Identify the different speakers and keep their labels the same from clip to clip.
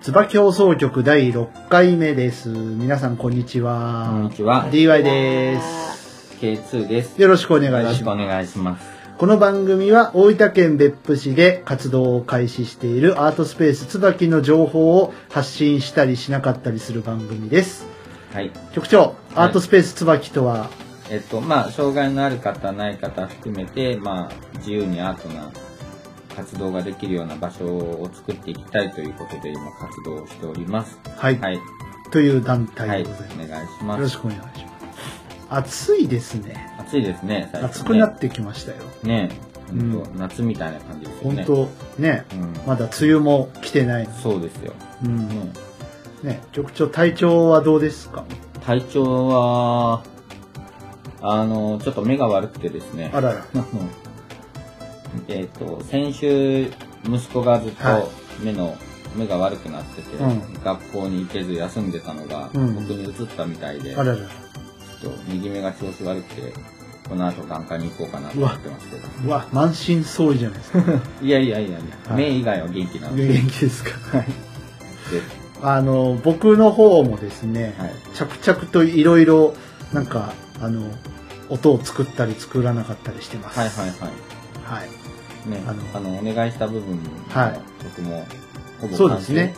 Speaker 1: 椿放送局第6回目です。皆さんこんにち
Speaker 2: こん
Speaker 1: は
Speaker 2: に。ちは、
Speaker 1: DY です。
Speaker 2: K2 です。
Speaker 1: よろしくお願
Speaker 2: よろ
Speaker 1: い
Speaker 2: し
Speaker 1: し
Speaker 2: くお
Speaker 1: ます。
Speaker 2: 願いします。
Speaker 1: この番組は大分県別府市で活動を開始しているアートスペース椿の情報を発信したりしなかったりする番組です。
Speaker 2: はい。
Speaker 1: 局長、アートスペース椿とは、
Speaker 2: えっと、まあ、障害のある方、ない方含めて、まあ、自由にアートな活動ができるような場所を作っていきたいということで、今、活動をしております。
Speaker 1: はい、
Speaker 2: はい。
Speaker 1: という団
Speaker 2: は
Speaker 1: 体
Speaker 2: い。
Speaker 1: でございます。
Speaker 2: お願いし
Speaker 1: よ
Speaker 2: ま
Speaker 1: ろ
Speaker 2: す。
Speaker 1: しくお願いします。暑いですね。
Speaker 2: 暑いですね、最近ね
Speaker 1: 暑くなってきましたよ。
Speaker 2: ね
Speaker 1: う
Speaker 2: え、
Speaker 1: ん
Speaker 2: ほんと夏みたいな感じですよ
Speaker 1: 本
Speaker 2: ね。
Speaker 1: 当ね、
Speaker 2: うん。
Speaker 1: まだ梅雨も来てないの。
Speaker 2: そうですよ。
Speaker 1: うん。
Speaker 2: ね
Speaker 1: ね、局長体調はどうですか
Speaker 2: 体調は、あの、ちょっと目が悪くてですね。
Speaker 1: あらら。
Speaker 2: えっと先週息子がずっ
Speaker 1: はい
Speaker 2: と目の、目が悪くなってて、
Speaker 1: うん
Speaker 2: 学校に行けず休んでたのが、
Speaker 1: うん
Speaker 2: 僕に移ったみたいでちょ
Speaker 1: あ
Speaker 2: っ
Speaker 1: らら。
Speaker 2: と右目が調子悪くてこの後眼科に行こうかなと思ってますけど
Speaker 1: うわ、満身創痍じゃないですか。
Speaker 2: いやいやいやいや、
Speaker 1: はい
Speaker 2: 目以外は元気なので、
Speaker 1: 元気ですか。あの、僕の方もですね、
Speaker 2: はい、
Speaker 1: 着々といろいろ、なんか、あの、音を作ったり作らなかったりしてます。
Speaker 2: はいはい
Speaker 1: い。
Speaker 2: は
Speaker 1: はい。
Speaker 2: いね
Speaker 1: あ
Speaker 2: あ
Speaker 1: の
Speaker 2: のお願いした部分も、
Speaker 1: はい
Speaker 2: 僕もほぼ
Speaker 1: そうですね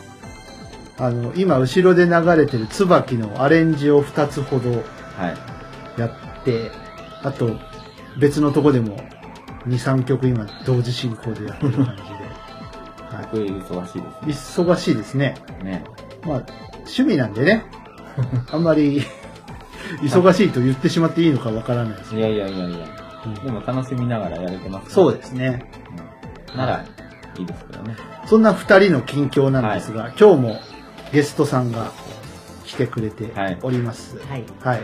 Speaker 1: あの、今後ろで流れてる椿のアレンジを2つほど
Speaker 2: 完成
Speaker 1: やって、あと、別のとこでも2、3曲今同時進行でやってる感じで。は
Speaker 2: はい僕忙しい
Speaker 1: い。忙しいですね。
Speaker 2: ですねね
Speaker 1: まあ、趣味なんで ね、あんまり忙しいと言ってしまっていいのかわからないです
Speaker 2: い
Speaker 1: ね。
Speaker 2: やいやいやいやでも楽しみながらやれてますね
Speaker 1: そうですね。
Speaker 2: うんならいいですけどね。
Speaker 1: そんな二人の近況なんですが、今日もゲストさんが来てくれております。はい。
Speaker 3: はい、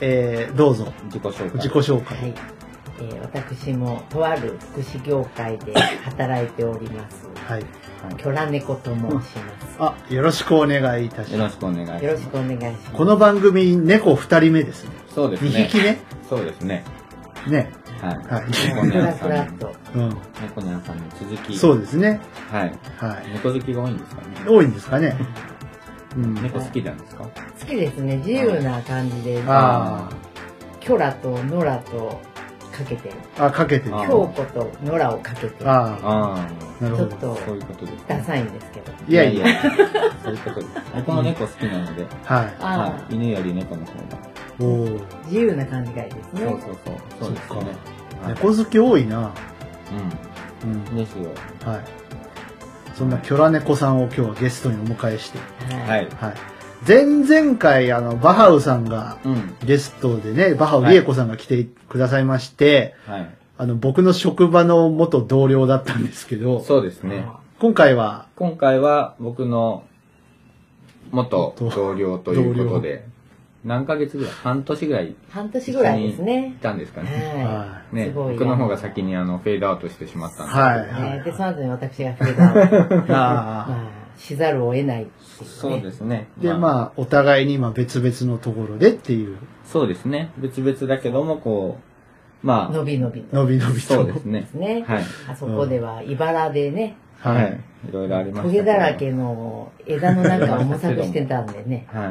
Speaker 1: えー、どうぞ、
Speaker 2: 自己紹介。
Speaker 1: 自己紹
Speaker 3: は
Speaker 1: 介。
Speaker 3: いえー私もとある福祉業界で働いております
Speaker 1: はい。
Speaker 3: キョラ猫と申しま
Speaker 1: あ、よろしくお願いいたし
Speaker 2: よろ
Speaker 1: ま
Speaker 2: しくお願いしますす。
Speaker 3: よろしくお願いします
Speaker 1: す。この番組、猫二人目ですね。
Speaker 2: そうです
Speaker 1: 二
Speaker 2: ね。
Speaker 1: 匹ね。
Speaker 2: そうですね。
Speaker 1: ね。
Speaker 2: はい。
Speaker 1: はい
Speaker 2: 猫
Speaker 3: ク
Speaker 2: ニャ
Speaker 3: ラ
Speaker 2: ン
Speaker 3: ク
Speaker 2: さ
Speaker 3: ラ
Speaker 2: ん
Speaker 3: っ
Speaker 2: の、
Speaker 3: と
Speaker 1: う
Speaker 2: 猫ニャンさんの続き。
Speaker 1: ん。そう
Speaker 2: う。
Speaker 1: ですね。
Speaker 2: はい。
Speaker 1: はい。
Speaker 2: 猫好きが多いんですかね。
Speaker 1: 多いんですか ね。うん。
Speaker 2: 猫好きなんですか
Speaker 3: 好きですね自由な感じで
Speaker 1: あ
Speaker 3: キョラとノラとかけて
Speaker 1: あ、かけてる。
Speaker 2: あー
Speaker 3: 京子とノラをかけてちょ
Speaker 1: ああ、
Speaker 2: あ
Speaker 1: なるほ
Speaker 3: っ
Speaker 1: ど。
Speaker 2: あ。
Speaker 3: と
Speaker 2: そういうことです、
Speaker 3: ダサいんですけど
Speaker 1: いやいや、
Speaker 2: や。そういうことです。僕も猫好きなので、
Speaker 1: は
Speaker 2: は
Speaker 3: あ
Speaker 2: い。犬より猫の方が。
Speaker 1: い。おお、
Speaker 3: あ自由な感じがいいです
Speaker 2: そう
Speaker 3: ね
Speaker 2: そうそう。そうですよね。はい
Speaker 1: 猫好き多いな。うん
Speaker 2: うん。ですよ。
Speaker 1: はい。そんなキョラ猫さんを今日はゲストにお迎えして、
Speaker 2: は
Speaker 3: はい
Speaker 2: い。
Speaker 1: はい。前々回、あの、バハウさんが
Speaker 2: うん。
Speaker 1: ゲストでね、バハウリエコさんが来てくださいまして、
Speaker 2: はい。
Speaker 1: あの、僕の職場の元同僚だったんですけど、
Speaker 2: そうですね。
Speaker 1: 今回は、
Speaker 2: 今回は僕の元
Speaker 1: 元
Speaker 2: 同僚ということで、何ヶ月ぐらい半年ぐらいい
Speaker 3: 半年ぐらいですね
Speaker 2: たんですかね。
Speaker 3: は
Speaker 1: はい
Speaker 2: ね、
Speaker 3: すごい
Speaker 2: 僕の方が先にあのフェードアウトしてしまったんで。
Speaker 1: はい
Speaker 3: え
Speaker 1: はい
Speaker 3: ーでその後に私がフェードアウト
Speaker 1: い。あ
Speaker 3: まあ、しざるを得ないっていう、ね、
Speaker 2: そうですね。
Speaker 1: ーで、まあ、お互いに今別々のところでっていう、
Speaker 2: そうですね。別々だけども、こう、ま
Speaker 3: 伸び伸びと
Speaker 1: のびの
Speaker 2: あ、
Speaker 1: び
Speaker 2: そ
Speaker 1: と
Speaker 2: う。ですね
Speaker 3: です。ね、
Speaker 2: はい。
Speaker 3: あそこでは茨でね
Speaker 2: は
Speaker 1: はい
Speaker 2: い。。いろいろありました
Speaker 3: ト
Speaker 2: け
Speaker 3: ゲ
Speaker 2: ど
Speaker 3: だらけの枝の中を模索してたんでね
Speaker 2: はい。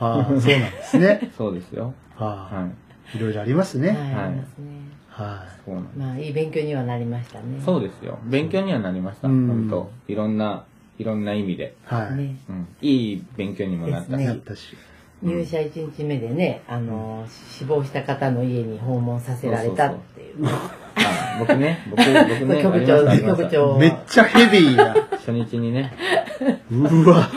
Speaker 1: ああ、そうなんです ね。
Speaker 2: そうですよ。
Speaker 1: あ
Speaker 2: はい。
Speaker 1: あ、いろいろあります
Speaker 3: は
Speaker 1: ね。
Speaker 3: い、
Speaker 2: はい
Speaker 3: ありますね
Speaker 1: は
Speaker 2: そうなんです
Speaker 3: まあいい勉強にはなりましたね
Speaker 2: そう
Speaker 3: う
Speaker 2: ですよ。勉強にはなりました。
Speaker 1: うん
Speaker 2: 本当いろんな、いろんな意味で。
Speaker 1: い。はい。
Speaker 3: ね
Speaker 2: うん。いい勉強にもなったし
Speaker 3: です
Speaker 1: なっ
Speaker 3: ね
Speaker 1: たし。
Speaker 3: 入社1日目でね、あの死亡した方の家に訪問させられたっていう
Speaker 2: あ僕ね、僕、僕ね、
Speaker 3: 局
Speaker 2: あり
Speaker 3: 長
Speaker 2: ました
Speaker 3: 局長
Speaker 1: めっちゃヘビー な。
Speaker 2: 初日にね、
Speaker 1: うわ。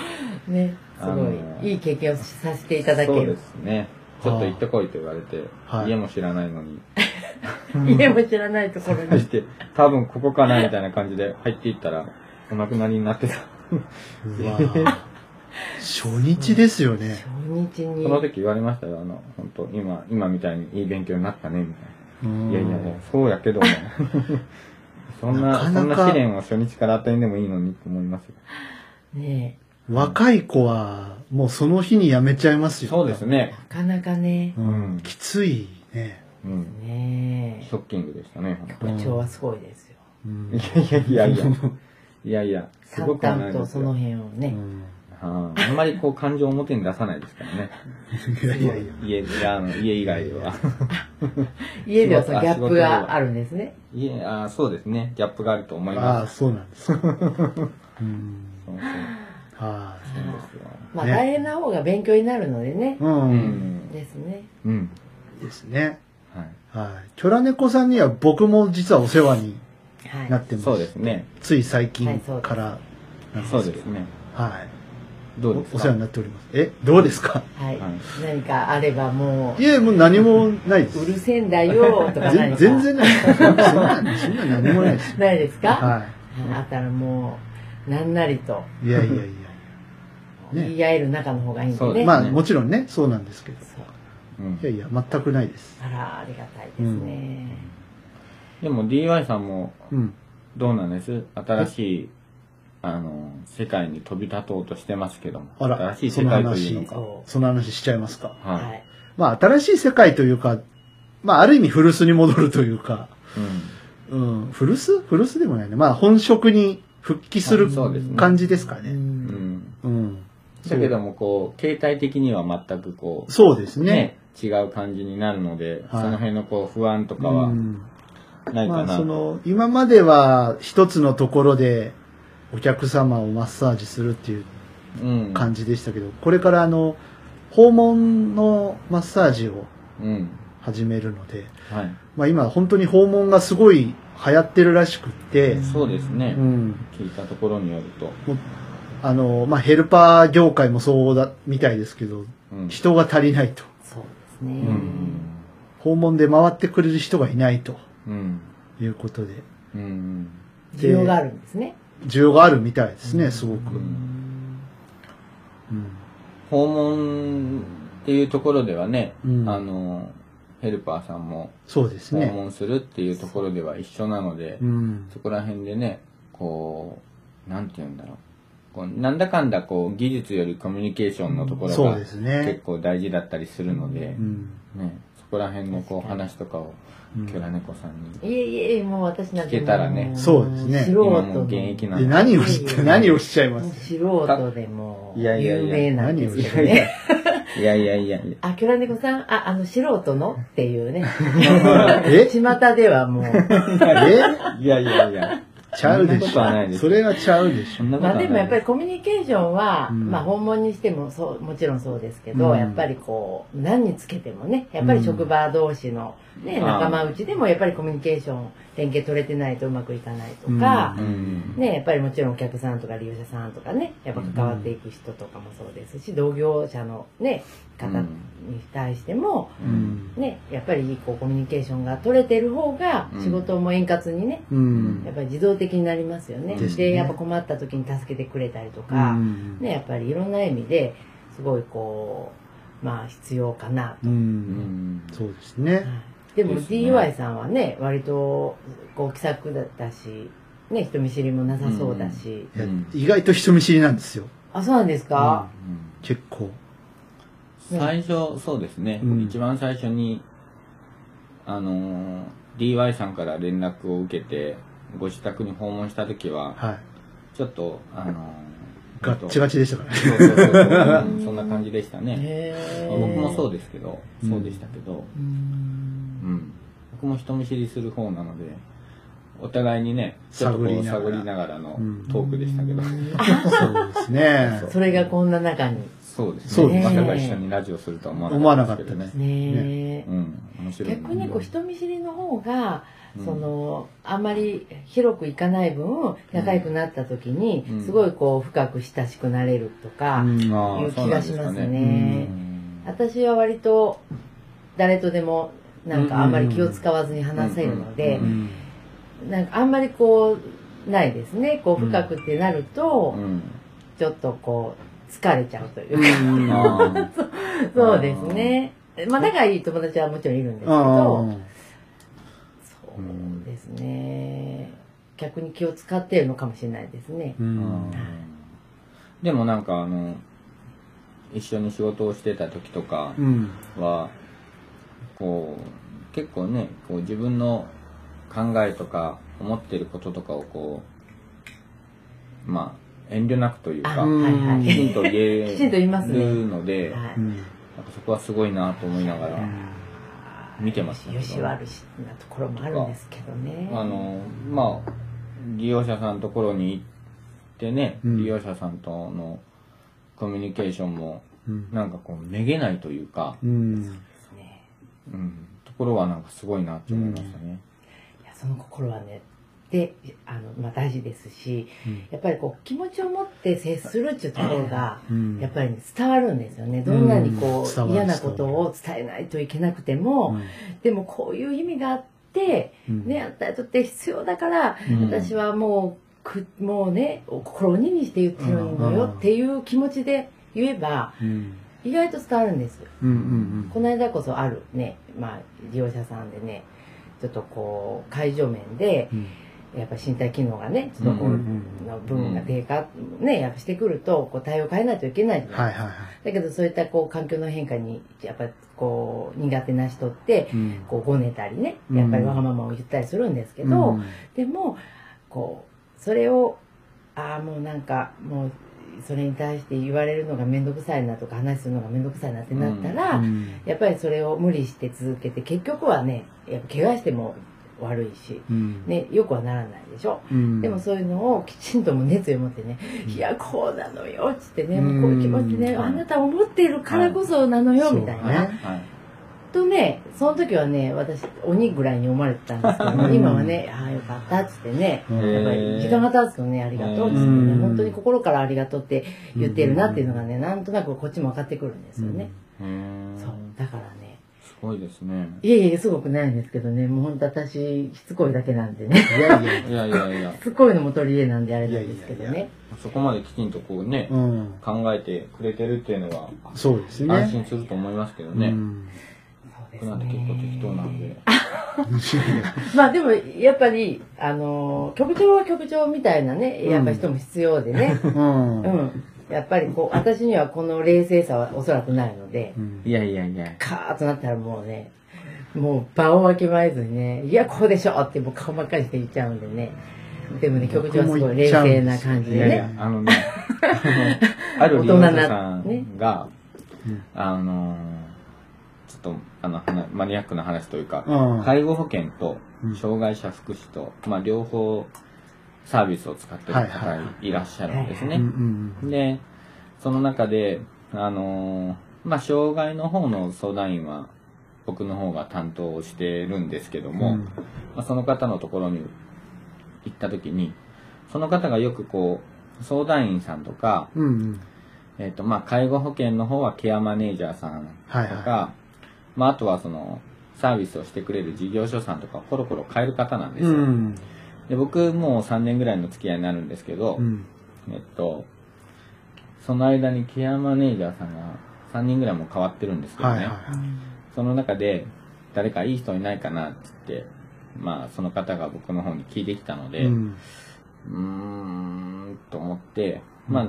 Speaker 3: ねすごい、
Speaker 2: あのー
Speaker 3: いい経験をさせていただ
Speaker 2: そ
Speaker 3: け
Speaker 2: うで
Speaker 3: る
Speaker 2: すね、ちょっと行ってこいと言われて、
Speaker 1: はい
Speaker 2: 家も知らないのに、
Speaker 3: 家も知らないところ
Speaker 2: そ
Speaker 3: に
Speaker 2: して、多分ここかなみたいな感じで入っていったら、お亡くなりになってた。
Speaker 1: うわ。初日ですよね。
Speaker 3: 初日に
Speaker 2: その時言われましたよ、あの、本当今、今みたいにいい勉強になったね、みたい
Speaker 1: うん
Speaker 2: な。いやいやいや、そうやけども。そんな、
Speaker 1: なかなか
Speaker 2: そんな試練を初日から与えんでもいいのにと思いますよ
Speaker 3: ね
Speaker 1: 若い子は、もうその日に辞めちゃいますよ。
Speaker 2: そうです。ね
Speaker 3: な。かなかね
Speaker 1: う
Speaker 2: うんん。
Speaker 1: きついね。
Speaker 2: うん。
Speaker 3: ね
Speaker 2: ショッキングでしたね、本当
Speaker 3: 部長はすごいですよ。
Speaker 1: うん
Speaker 2: いやいやいやいや。いやいや、すご
Speaker 3: 淡
Speaker 2: くはな
Speaker 3: 々
Speaker 2: い
Speaker 3: と
Speaker 2: です
Speaker 3: その
Speaker 2: よ。
Speaker 3: 辺をね、
Speaker 1: うん
Speaker 2: あーあんまりこう感情を表に出さないですから ね。
Speaker 1: いやいやいや。
Speaker 2: 家、いやあの家以外では。
Speaker 3: 家ではそのギャップ
Speaker 2: 仕事
Speaker 3: が
Speaker 2: は
Speaker 3: あるんですね。
Speaker 2: 家、あーそうですね。ギャップがあると思い
Speaker 1: あ
Speaker 2: ま
Speaker 1: あ、
Speaker 2: す。
Speaker 1: そうなん です。うん。
Speaker 2: そうそう
Speaker 1: は
Speaker 2: そうですよ
Speaker 3: まあ
Speaker 1: ね
Speaker 3: 大変な方が勉強になるのでね
Speaker 1: い。。う。
Speaker 2: うんん。
Speaker 3: ですね。
Speaker 2: うん。
Speaker 1: ですね。
Speaker 2: はい。
Speaker 1: はい。キョラネコさんには僕も実はお世話に
Speaker 3: はい。
Speaker 1: なってます。
Speaker 2: そうですね。
Speaker 1: つい最近からなん
Speaker 2: そう
Speaker 1: け
Speaker 2: で
Speaker 1: ど
Speaker 2: すね。
Speaker 1: はい。
Speaker 2: どうです
Speaker 1: お
Speaker 2: か
Speaker 1: お世話になっております。え、どうです か
Speaker 3: はい
Speaker 2: は。
Speaker 3: 何かあればも
Speaker 1: いえ、もう何もないです。
Speaker 3: う、うるせえんだよとか何
Speaker 1: 全
Speaker 3: か。
Speaker 1: 全。然ないです。そんな、そんな何もないです。
Speaker 3: ないですか、
Speaker 1: は
Speaker 3: あったらもう、なんなりと
Speaker 1: い。いやいやいやいね
Speaker 3: 言い合える仲の方がいいんで
Speaker 2: そうで
Speaker 3: ね。
Speaker 1: や。まあ、もちろんね、そうなんですけど。
Speaker 3: そう
Speaker 2: うん
Speaker 1: いやいや、全くないです。
Speaker 3: あら、ありがたいですね。
Speaker 2: でも DY さんも
Speaker 1: うん。
Speaker 2: どうなんです新しい、あの、世界に飛び立とうとしてますけども。
Speaker 1: あら、
Speaker 2: 新しい
Speaker 1: そ
Speaker 2: 世
Speaker 1: の
Speaker 2: 界というの
Speaker 1: 話
Speaker 2: か。、
Speaker 1: その話しちゃいますか。
Speaker 2: はい。
Speaker 3: はい。
Speaker 1: まあ、新しい世界というか、まあ、ある意味、古巣に戻るというか、
Speaker 2: う
Speaker 1: うん、古巣古巣でもないね。まあ、本職に復帰する
Speaker 2: あそうですね
Speaker 1: 感じですか
Speaker 3: う。
Speaker 1: ね。
Speaker 2: ん。うんん。
Speaker 1: うん。
Speaker 2: だけども、こう、携帯的には全くこう、
Speaker 1: そうですね。
Speaker 2: ね、違う感じになるので、
Speaker 1: はい
Speaker 2: その辺のこう、不安とか
Speaker 1: う
Speaker 2: は
Speaker 1: ん
Speaker 2: ないか
Speaker 1: まあ、
Speaker 2: な。
Speaker 1: その、今までは、一つのところで、お客様をマッサージするっていう
Speaker 2: うん。
Speaker 1: 感じでしたけど、これから、あの、訪問のマッサージを
Speaker 2: うん。
Speaker 1: 始めるので、
Speaker 2: はい。
Speaker 1: まあ、今、本当に訪問がすごい流行ってるらしくって、
Speaker 2: そうですね。
Speaker 1: うん
Speaker 2: 聞いたところによると。
Speaker 1: あの、まあ、ヘルパー業界もそうだ、みたいですけど、
Speaker 2: うん。
Speaker 1: 人が足りないと。
Speaker 3: そうですね。
Speaker 2: うん。
Speaker 1: 訪問で回ってくれる人がいないと
Speaker 2: うん。
Speaker 1: いうことで、
Speaker 2: うん。
Speaker 3: 需要があるんですね。
Speaker 1: 需要があるみたいですね、すご
Speaker 2: う
Speaker 1: く。
Speaker 2: ん
Speaker 1: うん
Speaker 2: 訪問っていうところではね、
Speaker 1: うん
Speaker 2: あの、ヘルパーさんも
Speaker 1: そうです
Speaker 2: 訪
Speaker 1: ね。
Speaker 2: 問するっていうところでは一緒なので、
Speaker 1: うん。
Speaker 2: そこら辺でね、こう、なんて言うんだろう。こうなんだかんだこう、技術よりコミュニケーションのところ
Speaker 1: そ
Speaker 2: が
Speaker 1: うです
Speaker 2: 結
Speaker 1: ね。
Speaker 2: 構大事だったりするので
Speaker 1: う、ん。
Speaker 2: ね、そこら辺のこう話とかを、
Speaker 1: うん
Speaker 2: キョラネコさんに。
Speaker 3: いえいえ、もう私なんて
Speaker 2: 聞けたらね
Speaker 3: も
Speaker 1: そうですね
Speaker 3: 素人
Speaker 2: 今も
Speaker 3: の
Speaker 2: う現役なん
Speaker 1: で
Speaker 2: で。
Speaker 1: 何を知って、何をしちゃいま
Speaker 3: もう
Speaker 1: す
Speaker 3: 素人でもう
Speaker 2: いやいや
Speaker 3: 有
Speaker 2: いや
Speaker 3: 名なんですけど
Speaker 2: いやいや
Speaker 3: ね。
Speaker 2: いやいやいやいや。
Speaker 3: あ、キョラネコさん、あ、あの、素人のってい うね。
Speaker 1: え
Speaker 3: 巷ではもう、
Speaker 1: え
Speaker 2: いやいやいや。
Speaker 1: ちゃうで
Speaker 2: そんなことはないで
Speaker 1: しょ。
Speaker 2: す
Speaker 1: それはちゃうでし
Speaker 2: そ
Speaker 1: ょ
Speaker 2: ん。なこと
Speaker 3: ま
Speaker 2: は
Speaker 3: あ
Speaker 2: ない
Speaker 3: でもやっぱりコミュニケーションは、
Speaker 1: うん
Speaker 3: まあ訪問にしてもそう、もちろんそうですけど、
Speaker 1: うん
Speaker 3: やっぱりこう、何につけてもね、やっぱり職場同士のね、
Speaker 2: うん
Speaker 3: 仲間内でもやっぱりコミュニケーション、連携取れてないとうまくいかないとか、
Speaker 2: うん。
Speaker 3: ね、やっぱりもちろんお客さんとか利用者さんとかねやっぱ関わっていく人とかもそうですし、同業者の、ね、方に対しても、
Speaker 1: う
Speaker 2: うんん。
Speaker 3: ね、やっぱりこうコミュニケーションが取れてる方が
Speaker 2: うん
Speaker 3: 仕事も円滑にね、
Speaker 1: うん
Speaker 3: やっ。ぱり自動的になりますよね。
Speaker 1: で
Speaker 3: です
Speaker 1: ね
Speaker 3: やっぱ困った時に助けてくれたりと
Speaker 1: う
Speaker 3: か、
Speaker 1: ん
Speaker 3: ね、やっぱりいろんな意味ですごいこうまあ必要かな
Speaker 1: う。
Speaker 2: うんん。
Speaker 1: そうですね。
Speaker 3: でも
Speaker 2: ですね
Speaker 3: DY さんはね割とこう気さくだったし、ね、人見知りもなさそうだし、
Speaker 1: いや
Speaker 2: うん
Speaker 1: 意外と人見知りなんですよ。
Speaker 3: あそうなんですか、
Speaker 2: うん
Speaker 1: 結構。
Speaker 2: 最初、そうですね、
Speaker 1: うん
Speaker 2: 一番最初に、あのー DY さんから連絡を受けて、ご自宅に訪問した時は、
Speaker 1: はい。
Speaker 2: ちょっと、あのー、
Speaker 1: ガッチガチでしたからね。
Speaker 2: そうそうそうそううんそんな感じでしたね。
Speaker 3: へえ
Speaker 2: 僕もそう
Speaker 3: で
Speaker 2: ですけど、
Speaker 1: うん
Speaker 2: そうでしたけど、
Speaker 3: うー
Speaker 2: う
Speaker 3: ん
Speaker 2: ん。僕も人見知りする方なので、お互いにね、ちょっとこ
Speaker 1: 探り
Speaker 2: う
Speaker 1: ながら
Speaker 2: 探りながらの
Speaker 1: うん
Speaker 2: トークでしたけど、
Speaker 1: そうですね。
Speaker 3: それがこんな中に
Speaker 2: そうですね。
Speaker 1: そうです
Speaker 2: ま
Speaker 1: ね
Speaker 2: さか一緒にラジオするとは思わなかった。
Speaker 1: 思わなかったです。
Speaker 3: ね
Speaker 2: うん、面白いな。
Speaker 3: 逆にこう人見知りの方が、
Speaker 2: うん
Speaker 3: そのあまり広くいかない分仲良くなった時に、
Speaker 2: うん
Speaker 3: すごいこう深く親しくなれると
Speaker 1: う
Speaker 3: か、
Speaker 1: ん
Speaker 2: あー
Speaker 3: いう
Speaker 2: そう
Speaker 3: 気
Speaker 2: な
Speaker 3: が
Speaker 2: ん
Speaker 3: し
Speaker 2: です
Speaker 3: ま
Speaker 2: か
Speaker 3: す
Speaker 2: ね
Speaker 3: ね。私は割と誰とでもなんかあんまり気を使わずに話せるので
Speaker 2: う、ん
Speaker 3: なんかあんまりこうないですねこう深くってなると、
Speaker 2: うん。
Speaker 3: ちょっとこう疲れちゃうというか、
Speaker 1: うん
Speaker 2: あー
Speaker 3: そうですねまあ仲いい友達はもちろんいるんですけど、
Speaker 1: あ
Speaker 3: そうですね。逆に気を使ってるのかもしれないですね
Speaker 1: ー。う
Speaker 2: うんんでもなんかあの、一緒に仕事をしてた時とか
Speaker 1: うん
Speaker 2: は、こう、結構ね、こう自分の考えとか思ってることとかをこう、まあ、遠慮なくという
Speaker 3: あ
Speaker 2: か、
Speaker 1: うん
Speaker 3: はいはい。
Speaker 2: きちんと言え
Speaker 3: きちんと言いますね
Speaker 2: るので、
Speaker 3: は
Speaker 1: う
Speaker 3: い
Speaker 1: ん
Speaker 2: なんかそこはすごいなと思いながら、見てましたけど
Speaker 3: よし悪しなところもあるんですけどね。
Speaker 2: あのまあ利用者さんのところに行ってね、
Speaker 1: うん
Speaker 2: 利用者さんとのコミュニケーションも
Speaker 1: うん
Speaker 2: なんかこうめげないというか、
Speaker 1: うん
Speaker 3: ね
Speaker 2: うん、ところはなんかすごいなって思いましたね。
Speaker 3: いやその心はね、で、あの、まあ大事ですし、
Speaker 1: うん
Speaker 3: やっぱりこう気持ちを持って接するっていうところが、
Speaker 1: うん
Speaker 3: やっぱりね、伝わるんですよね。どんなにこ
Speaker 1: うん伝わ
Speaker 3: う、
Speaker 1: る
Speaker 3: 嫌なことを伝えないといけなくても、でもこういう意味があって、
Speaker 1: うん
Speaker 3: ね、あったとって必要だから、
Speaker 2: うん
Speaker 3: 私はもうく、もうね、お心を鬼にして言ってるのよっていう気持ちで言えば、
Speaker 1: うん
Speaker 3: 意外と伝わるんです。
Speaker 1: うんうん
Speaker 3: この間こそあるね、まあ、利用者さんでね、ちょっとこう、会場面で、
Speaker 1: うん
Speaker 3: やっぱ身体機能がね、ちょっとこ
Speaker 1: うんう
Speaker 3: う、
Speaker 1: ん
Speaker 3: の部分が低下、ね、やっぱしてくると、こう、対応変えないといけないじゃないですか
Speaker 1: はいはいはい
Speaker 3: だけどそういったこう環境の変化にやっぱこう苦手な人って
Speaker 1: うん
Speaker 3: こうごねたりね
Speaker 1: うん
Speaker 3: やっぱりわがままを言ったりするんですけど、
Speaker 1: うん
Speaker 3: でもこうそれをああもうなんかもうそれに対して言われるのが面倒くさいなとか話するのが面倒くさいなってなったら、
Speaker 1: うん
Speaker 3: やっぱりそれを無理して続けて結局はねやっぱ怪我しても悪いし、
Speaker 1: うん
Speaker 3: ね、よくはならないでしょ。
Speaker 1: うん
Speaker 3: でもそういうのをきちんとも熱意を持ってね、
Speaker 1: うん
Speaker 3: いや、こうなのよ、つってね、
Speaker 1: うん
Speaker 3: もうこういう気持ちね、
Speaker 2: うん
Speaker 3: あなた思っているからこそなのよ、
Speaker 1: うん
Speaker 3: みたい
Speaker 1: そうだ
Speaker 3: な。
Speaker 1: ね
Speaker 2: はい
Speaker 3: とね、その時はね、私、鬼ぐらいに思われてたんですけど
Speaker 1: う
Speaker 3: も、
Speaker 1: ん
Speaker 3: 今はね、ああ、よかった、つってね、
Speaker 1: う
Speaker 2: へ
Speaker 3: やっ
Speaker 1: ん
Speaker 3: ぱり時間が経つとね、ありがとう、つってね、
Speaker 1: うん
Speaker 3: 本当に心からありがとうって言ってるなっていうのがね、なんとなくこっちも分かってくるんですよね。
Speaker 2: うーん
Speaker 3: そう。だからね、
Speaker 2: すごいですね。
Speaker 3: いえいえ、すごくないんですけどね、もう本当私、しつこいだけなんでね、
Speaker 1: いやいや
Speaker 2: いやいやいや
Speaker 3: し、つこいのも取り入れなんであれなんですけど
Speaker 1: いやいやい
Speaker 3: ね。
Speaker 2: そこまできちんとこうね、
Speaker 1: うん
Speaker 2: 考えてくれてるっていうのは
Speaker 1: そうですね
Speaker 2: 安心すると思いますけどね。
Speaker 1: うん
Speaker 3: そうです
Speaker 2: 僕な
Speaker 3: ね。
Speaker 2: んて結構適当なんで。
Speaker 3: まあでもやっぱりあの局長は局長みたいなねやっぱ人も必要でね、
Speaker 1: う
Speaker 3: うんんやっぱりこう私にはこの冷静さはおそらくないので、
Speaker 1: うん
Speaker 2: いやいやいや。
Speaker 3: カーッとなったらもうねもう場をわきまえずにね「いやこうでしょ」ってもう顔真っ赤にして言っちゃうんでねでもね局長はすごい冷静な感じ
Speaker 2: い
Speaker 3: で
Speaker 2: やい
Speaker 3: ね
Speaker 2: や、あのね、あのある利用者さ
Speaker 3: 大人
Speaker 2: んが、
Speaker 1: うん
Speaker 2: あのー、ちょっと、あの、話マニアックな話というか、
Speaker 1: うん
Speaker 2: 介護保険と
Speaker 1: うん
Speaker 2: 障害者福祉と、まあ、両方サービスを使ってる
Speaker 1: はいはい
Speaker 2: 方
Speaker 1: はい
Speaker 2: いらっしゃるんです
Speaker 1: う
Speaker 2: ね。
Speaker 1: んうん
Speaker 2: で、その中で、あのー、まあ、障害の方の相談員は、僕の方が担当をしてるんですけども、
Speaker 1: うん
Speaker 2: まあ、その方のところに行った時にその方がよくこう相談員さんとか、
Speaker 1: うんうん
Speaker 2: えっとまあ、介護保険の方はケアマネージャーさんとか、
Speaker 1: はいは
Speaker 2: まあ、あとはそのサービスをしてくれる事業所さんとかをコロコロ変える方なんです
Speaker 1: う
Speaker 2: よ、
Speaker 1: ん
Speaker 2: で僕もう3年ぐらいの付き合いになるんですけど、
Speaker 1: うん
Speaker 2: えっとその間にケアマネージャーさんが3人ぐらいもう変わってるんですけど
Speaker 1: は
Speaker 2: ね、
Speaker 1: いはい
Speaker 2: その中で、誰かいい人いないかなってって、まあ、その方が僕の方に聞いてきたので、
Speaker 1: う
Speaker 2: うんーん、と思って、まあ、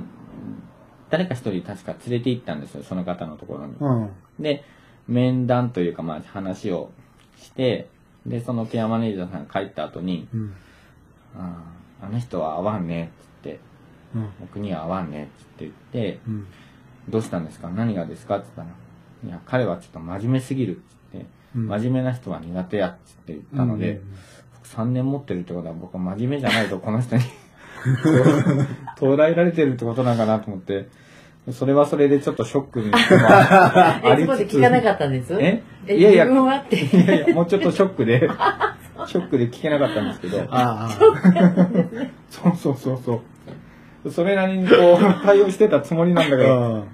Speaker 2: 誰か一人確か連れて行ったんですよ、その方のところに。
Speaker 1: うん
Speaker 2: で、面談というか、まあ、話をして、で、そのケアマネージャーさんが帰った後に、
Speaker 1: うん
Speaker 2: あーあの人は合わんねってって、
Speaker 1: うん
Speaker 2: 僕には合わんねって言って、
Speaker 1: うん
Speaker 2: どうしたんですか何がですかって言ったら、いや、彼はちょっと真面目すぎるって言って、
Speaker 1: うん
Speaker 2: 真面目な人は苦手やっつって言ったので、僕3年持ってるってことは僕は真面目じゃないとこの人に 捉えられてるってことなんかなと思ってそれはそれでちょっとショックにあ
Speaker 3: えそこで聞かなかったんです
Speaker 2: え
Speaker 3: え
Speaker 2: いやいや
Speaker 3: 自分はって
Speaker 2: いやいやもうちょっとショックでショックで聞けなかったんですけど
Speaker 1: あ
Speaker 2: そうそうそうそうそれなりにこう対応してたつもりなんだ
Speaker 1: あ
Speaker 2: けど
Speaker 1: あ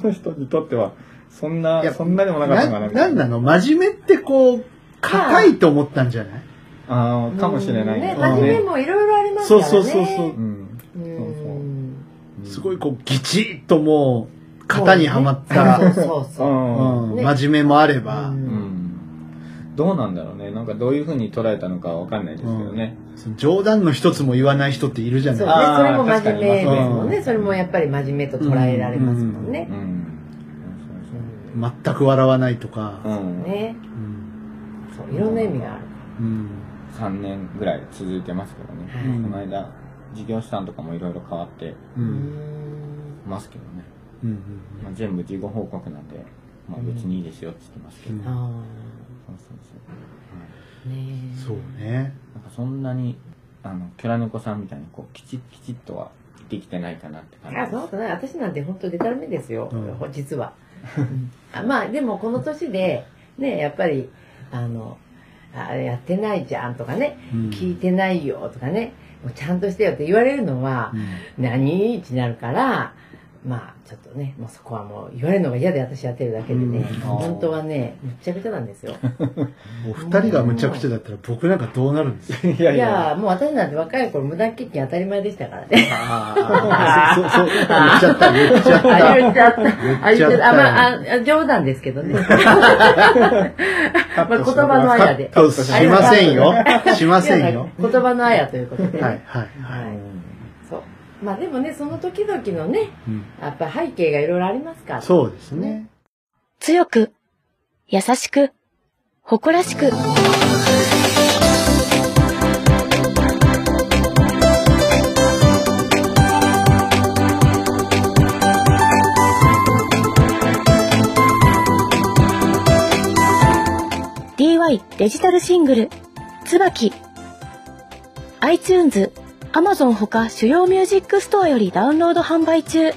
Speaker 2: この人にとってはそん
Speaker 1: いや
Speaker 2: なそんなでもなかったのかな
Speaker 1: ななんなの真面目ってこう硬いと思ったんじゃない
Speaker 2: あーかもしれない
Speaker 3: ね
Speaker 2: けど
Speaker 3: 真面目もいろいろありますか
Speaker 1: そう
Speaker 3: らね
Speaker 1: そうそうそう
Speaker 2: うん
Speaker 3: うん
Speaker 2: うん
Speaker 1: すごいこうギチッともう型にはまった
Speaker 3: そうそうそうう、
Speaker 2: ん
Speaker 1: うん
Speaker 3: ね
Speaker 1: 真面目もあれば
Speaker 3: う
Speaker 2: う
Speaker 3: ん
Speaker 2: んどうなんだろうねなんかどういうふうに捉えたのかは分かんないですけどね、
Speaker 1: その冗談の一つも言わない人っているじゃ
Speaker 3: そうね、そ
Speaker 1: ない
Speaker 2: あー
Speaker 3: れも真面目ですもん
Speaker 1: う
Speaker 3: ね。
Speaker 1: ん
Speaker 3: それもやっぱり真面目と捉えられますもん
Speaker 2: う
Speaker 3: ね。
Speaker 2: ん
Speaker 3: うん
Speaker 1: 全く笑わないとか
Speaker 2: うん
Speaker 3: ね、
Speaker 1: うん
Speaker 3: そういろんな意味がある。
Speaker 1: うん
Speaker 2: 3年ぐらい続いてますけどね、
Speaker 3: はい
Speaker 2: この間事業資産とかもいろいろ変わって
Speaker 1: う
Speaker 3: うんん
Speaker 2: ますけどね。
Speaker 1: うん
Speaker 2: まあ、全部事後報告なんで、まあ、別にいいですよって言ってますけど。
Speaker 1: うん
Speaker 2: そう
Speaker 3: あ
Speaker 2: そうそう。はい
Speaker 3: あねえ
Speaker 1: そうね
Speaker 2: なんかそんなに、あの、キャラ猫さんみたいに、こう、きちっきちっとはできてないかなって感
Speaker 3: い
Speaker 2: じ
Speaker 3: やそんなことない私なんて本当でたらめですよ、
Speaker 1: うん
Speaker 3: ほ 実はうんあまあでもこの年でねやっぱりあのあやってないじゃんとかね
Speaker 1: うん
Speaker 3: 聞いてないよとかねもうちゃんとしてよって言われるのは
Speaker 1: うん
Speaker 3: 何ってなるからまあちょっとねもうそこはもう言われるのが嫌で私やってるだけでね、
Speaker 1: うん
Speaker 3: 本当はねむっちゃくちゃなんですよ
Speaker 1: お二人がむちゃくちゃだったら僕なんかどうなるんですか
Speaker 2: いや
Speaker 3: い
Speaker 2: いや。
Speaker 3: やもう私なんて若い頃無断欠勤当たり前でしたからね
Speaker 1: そそそう言っちゃった言っ ちゃった
Speaker 3: あ言っちゃったあ
Speaker 1: 言っち
Speaker 3: 言
Speaker 1: ゃ
Speaker 3: っ
Speaker 1: っ
Speaker 3: ちゃったたあまああ冗談ですけ どねまあ言葉のあやで
Speaker 1: カットしませんよしませんよ
Speaker 3: 言葉のあやということで、ね
Speaker 1: はいはい
Speaker 3: は
Speaker 2: う
Speaker 3: い
Speaker 2: ん
Speaker 3: そうまあでもねその時々のね
Speaker 1: うん
Speaker 3: やっぱ背景がいろいろありますから
Speaker 1: そうですね
Speaker 4: 強く、優しく、誇らしく。DY デジタルシングル、椿。iTunes、Amazon ほか主要ミュージックストアよりダウンロード販売中。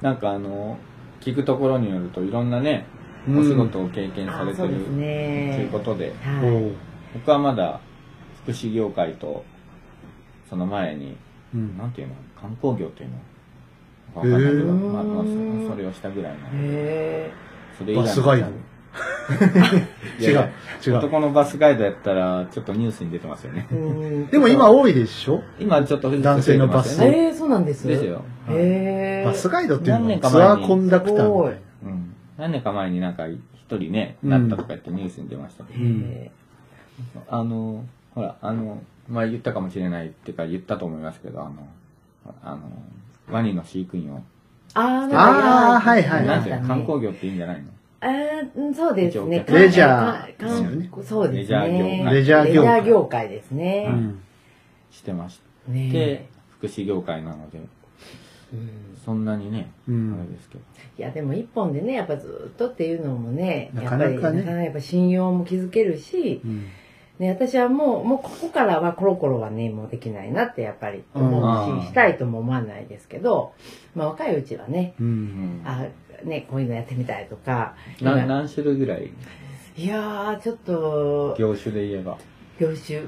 Speaker 2: なんかあの、聞くところによるといろんなね、お仕事を経験さ
Speaker 3: あ
Speaker 2: れて
Speaker 3: そう
Speaker 2: る
Speaker 3: です
Speaker 2: という
Speaker 3: ね
Speaker 2: ことで、
Speaker 1: う
Speaker 3: はい
Speaker 1: んおう
Speaker 2: 僕はまだ福祉業界と、その前に、
Speaker 1: うん
Speaker 2: なんていうの、観光業っていうのわかんないけど、
Speaker 1: へー
Speaker 2: まあまあそ、それをしたぐらいの。
Speaker 3: へ
Speaker 2: それ以外の
Speaker 1: バスガイド
Speaker 2: い や
Speaker 1: 違
Speaker 2: いうや
Speaker 1: 違う
Speaker 2: 男のバスガイドやったら、ちょっとニュースに出てますよ ね。
Speaker 3: えうん
Speaker 1: でも今多いでしょ
Speaker 2: 今ちょっと
Speaker 1: 男性のバス
Speaker 2: ね。
Speaker 3: えー、そうなんです
Speaker 2: ですよ。
Speaker 3: へえ
Speaker 1: バスガイドっていうの
Speaker 2: 何年
Speaker 1: は
Speaker 2: か
Speaker 1: ツ
Speaker 2: 前
Speaker 1: ア
Speaker 2: に
Speaker 1: ーコンダクターみたいな
Speaker 2: うん。何年か前になんか一人ね、
Speaker 1: うん
Speaker 2: なったとか言ってニュースに出ましたけど、
Speaker 3: へ
Speaker 2: あの、ほら、あの、前言ったかもしれないっていうか言ったと思いますけど、あの、あの、ワニの飼育員を、
Speaker 3: あー
Speaker 1: あーはいはいはい
Speaker 2: なんていうの観
Speaker 3: 光
Speaker 2: 光業っていいんじゃないの
Speaker 3: えーうんそうですね。
Speaker 1: レジャー
Speaker 3: 観光
Speaker 1: ですよ
Speaker 3: 観そうですね。
Speaker 2: レ
Speaker 1: ジャー業界
Speaker 3: レジャー業界です
Speaker 1: う
Speaker 3: ね。
Speaker 1: ん
Speaker 2: してまし
Speaker 3: ね
Speaker 2: て、福祉業界なので、
Speaker 3: うん
Speaker 2: そんなにね、
Speaker 1: う
Speaker 2: あれ
Speaker 1: ん
Speaker 2: ですけど。
Speaker 3: いやでも一本でねやっぱずっとっていうのもね
Speaker 1: な
Speaker 3: やっ
Speaker 1: か
Speaker 3: ぱ
Speaker 1: なかね
Speaker 3: りなかなかやっぱ信用も築けるし
Speaker 1: う、ん
Speaker 3: ね、私はもうもうここからはコロコロはねもうできないなってやっぱり思
Speaker 2: う
Speaker 3: うんししたいとも思わないですけど、まあ、若いうちはね
Speaker 1: う
Speaker 2: うんん
Speaker 3: あねこういうのやってみたいとか
Speaker 2: な何種類ぐらい
Speaker 3: いやーちょっと
Speaker 2: 業種で言えば。
Speaker 3: 業種
Speaker 2: うん。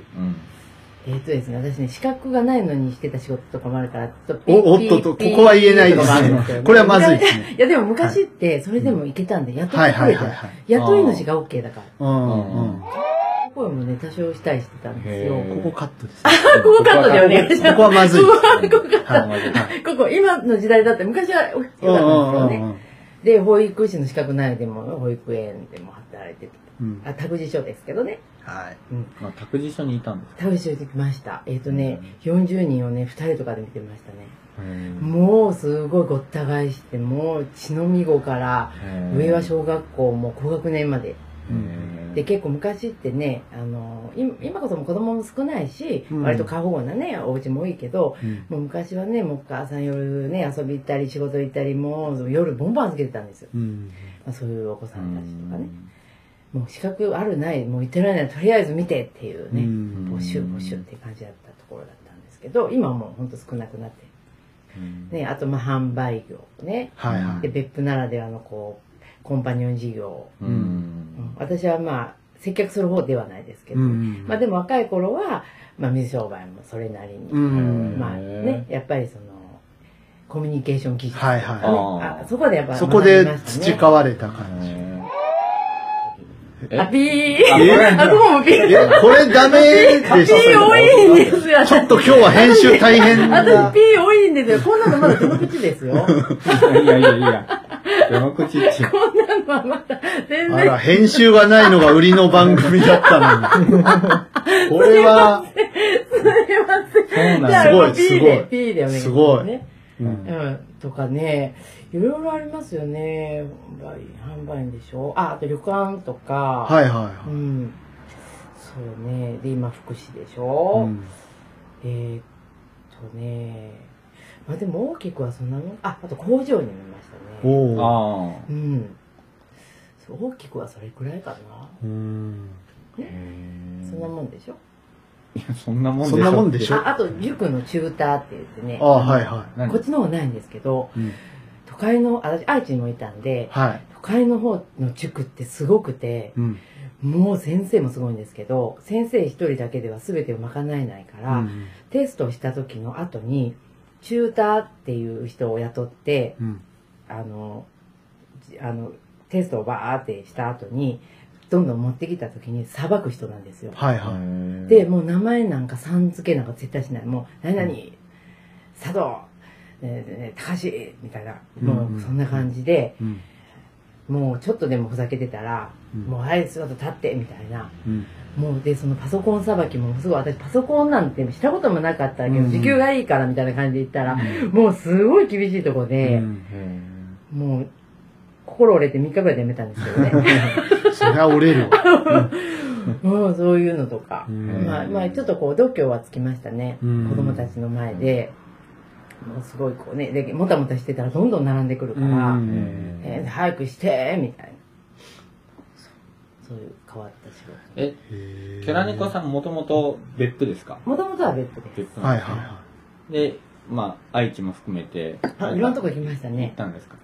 Speaker 3: えーとですね、私ね、資格がないのにしてた仕事とかもあるから、ちょっとピー
Speaker 1: おおっとっと
Speaker 3: ピー
Speaker 1: ここは言えないで
Speaker 3: ピー
Speaker 1: す
Speaker 3: とかもあるん
Speaker 1: ね
Speaker 3: ですけど
Speaker 1: これはまずいですね
Speaker 3: いや、でも昔って、それでもいけたんで、雇っ
Speaker 1: はい
Speaker 3: てく
Speaker 1: はい
Speaker 3: れ
Speaker 1: はい
Speaker 3: た。
Speaker 1: はい
Speaker 3: 雇い主が OK だか
Speaker 1: うんうんこ
Speaker 3: ら。声もね、多少したりしてたんです
Speaker 2: へー
Speaker 3: よ。
Speaker 1: こカットですね
Speaker 3: ここカットでお願いしま
Speaker 1: ここはまずいですね
Speaker 2: は
Speaker 3: す。ここ、今の時代だって、昔は OK だったんですよ
Speaker 1: うんうんう
Speaker 3: ね。
Speaker 1: んうん
Speaker 3: で、保育士の資格ないでも、保育園でも働いてた。
Speaker 1: うん
Speaker 3: あ、託児所ですけどね。
Speaker 1: はい
Speaker 2: まあ、託児所にいたんですか
Speaker 3: 託児所行ってきました。えっとね、40人をね、2人とかで見てましたね。
Speaker 2: へ
Speaker 3: もうすごいごった返してもう血のみ子から
Speaker 2: ー
Speaker 3: 上は小学校も高学年まで
Speaker 2: へー
Speaker 3: で結構昔ってねあの今今こそも子供も少ないし、
Speaker 1: うん
Speaker 3: 割と過保護なねお家も多いけど
Speaker 1: うん
Speaker 3: もう昔はねもうお母さん夜ね遊び行ったり仕事行ったりもう夜ボンボン預けてたんですよ、
Speaker 1: うん
Speaker 3: まあ、そういうお子さ
Speaker 2: うん
Speaker 3: たちとかね
Speaker 2: ん
Speaker 3: もう資格あるないもう行ってられないとりあえず見てっていう
Speaker 1: う
Speaker 3: ね、
Speaker 1: ん
Speaker 3: 募集募集っていう感じだったところだったんですけど今はもうほんと少なくなって
Speaker 2: うん
Speaker 3: ねあとまあ販売業ね
Speaker 1: はいは
Speaker 3: で
Speaker 1: い
Speaker 3: 別府ならではのこうコンパニオン事業、
Speaker 2: う
Speaker 3: うん
Speaker 2: ん
Speaker 3: 私はまあ接客する方ではないですけど、まあ、でも若い頃は、まあ、水商売もそれなりに、
Speaker 1: うん
Speaker 3: まあねやっぱりそのコミュニケーション技術、
Speaker 1: はいはい
Speaker 2: あー
Speaker 3: あそこでやっぱ
Speaker 1: そこで培
Speaker 3: わ
Speaker 1: われた感じ
Speaker 2: へ
Speaker 3: あピー
Speaker 2: え
Speaker 3: あそこもピー
Speaker 1: えこれダメで
Speaker 3: ピ
Speaker 1: し
Speaker 3: ー
Speaker 1: ょ
Speaker 3: 多いんですよ
Speaker 1: ちょっと今日は編集大変
Speaker 3: 私
Speaker 1: な
Speaker 3: ピー多いんですよこんなのまだ手の口ですよ こ
Speaker 2: ーいやいやいやどの口って
Speaker 3: んなのはまだ全
Speaker 1: あ
Speaker 3: 然
Speaker 1: ら、編集がないのが売りの番組だったのに。これは、
Speaker 3: すいませ
Speaker 2: そ
Speaker 3: ん
Speaker 2: うなん
Speaker 3: じゃあ
Speaker 2: だ
Speaker 1: すごいす
Speaker 3: ピー
Speaker 1: ごい
Speaker 3: でピーでお願いします
Speaker 1: すごい
Speaker 3: ね
Speaker 1: うん
Speaker 3: うん、とかね、いろいろありますよね。販売、販売員でしょあ、あと旅館とか。
Speaker 1: はいはい
Speaker 3: い。う
Speaker 1: は
Speaker 3: ん。そそうね。で、今、福祉でし
Speaker 1: う
Speaker 3: ょ。
Speaker 1: ん
Speaker 3: えーっとね。まあでも大きくはそんなもん。あ、あと工場にもいましたね。
Speaker 1: おお
Speaker 2: ああ。
Speaker 3: うん。そう大きくはそれくらいかな。
Speaker 1: うん
Speaker 3: そんなもんでしょ。
Speaker 2: いや、そんなもんでしょ。
Speaker 1: そんなもんでしょ
Speaker 3: あ、あと、塾のチューターって言ってね
Speaker 1: あ。あはいは
Speaker 2: 何
Speaker 3: こっちの方はないんですけど、
Speaker 1: い、うん、
Speaker 3: 都会の、私、愛知にもいたんで、
Speaker 1: はい、
Speaker 3: 都会の方の塾ってすごくて、
Speaker 1: うん
Speaker 3: もう先生もすごいんですけど、先生一人だけでは全てを賄えないから、
Speaker 1: うん
Speaker 3: テストをした時の後に、チューターっていう人を雇って、
Speaker 1: うん
Speaker 3: あの、じあの、テストをバーってした後に、どんどん持ってきた時に裁く人なんですよ。
Speaker 1: はい
Speaker 2: へ
Speaker 1: は
Speaker 2: ー
Speaker 3: で、、もう名前なんかさん付けなんか絶対しない。もう、何々、佐藤、えー高橋、みたいな、
Speaker 1: うん
Speaker 3: も
Speaker 1: うん
Speaker 3: うそんな感じで、
Speaker 1: い、うん
Speaker 3: もうちょっとでもふざけてたら、
Speaker 1: うん
Speaker 3: もうあいつのと立って、みたいな。
Speaker 1: うん
Speaker 3: もうで、そのパソコンさばきもすごい、私パソコンなんてしたこともなかったけど、
Speaker 1: うんうん
Speaker 3: 時給がいいからみたいな感じで言ったら、もうすごい厳しいとこ
Speaker 1: う
Speaker 3: で、
Speaker 1: ん、
Speaker 2: へ
Speaker 3: もう、心折れて3日ぐらいでやめたんですけ どね。
Speaker 1: そりゃ折れるわ、
Speaker 3: もうそういうのとか
Speaker 1: う。
Speaker 2: ん
Speaker 3: まあ、
Speaker 1: ん
Speaker 3: まあ、ちょっとこう、度胸はつきましたね。
Speaker 1: うん
Speaker 3: 子供たちの前で。もうすごいこうね、で、もたもたしてたらどんどん並んでくるから、
Speaker 1: うん
Speaker 3: え
Speaker 2: え。
Speaker 3: ー早くして、みたいな。そういう変わった仕事。
Speaker 2: え、
Speaker 1: へー
Speaker 2: ケラニコさんもともと別府ですか
Speaker 3: もともとはベッドです。
Speaker 2: 別府な
Speaker 1: は
Speaker 2: ん
Speaker 1: い
Speaker 2: ですね
Speaker 1: はいは
Speaker 2: で、まあ、愛知も含めて。
Speaker 3: あいろんなとこ行きました
Speaker 2: 行っ
Speaker 3: ね。
Speaker 2: たんですか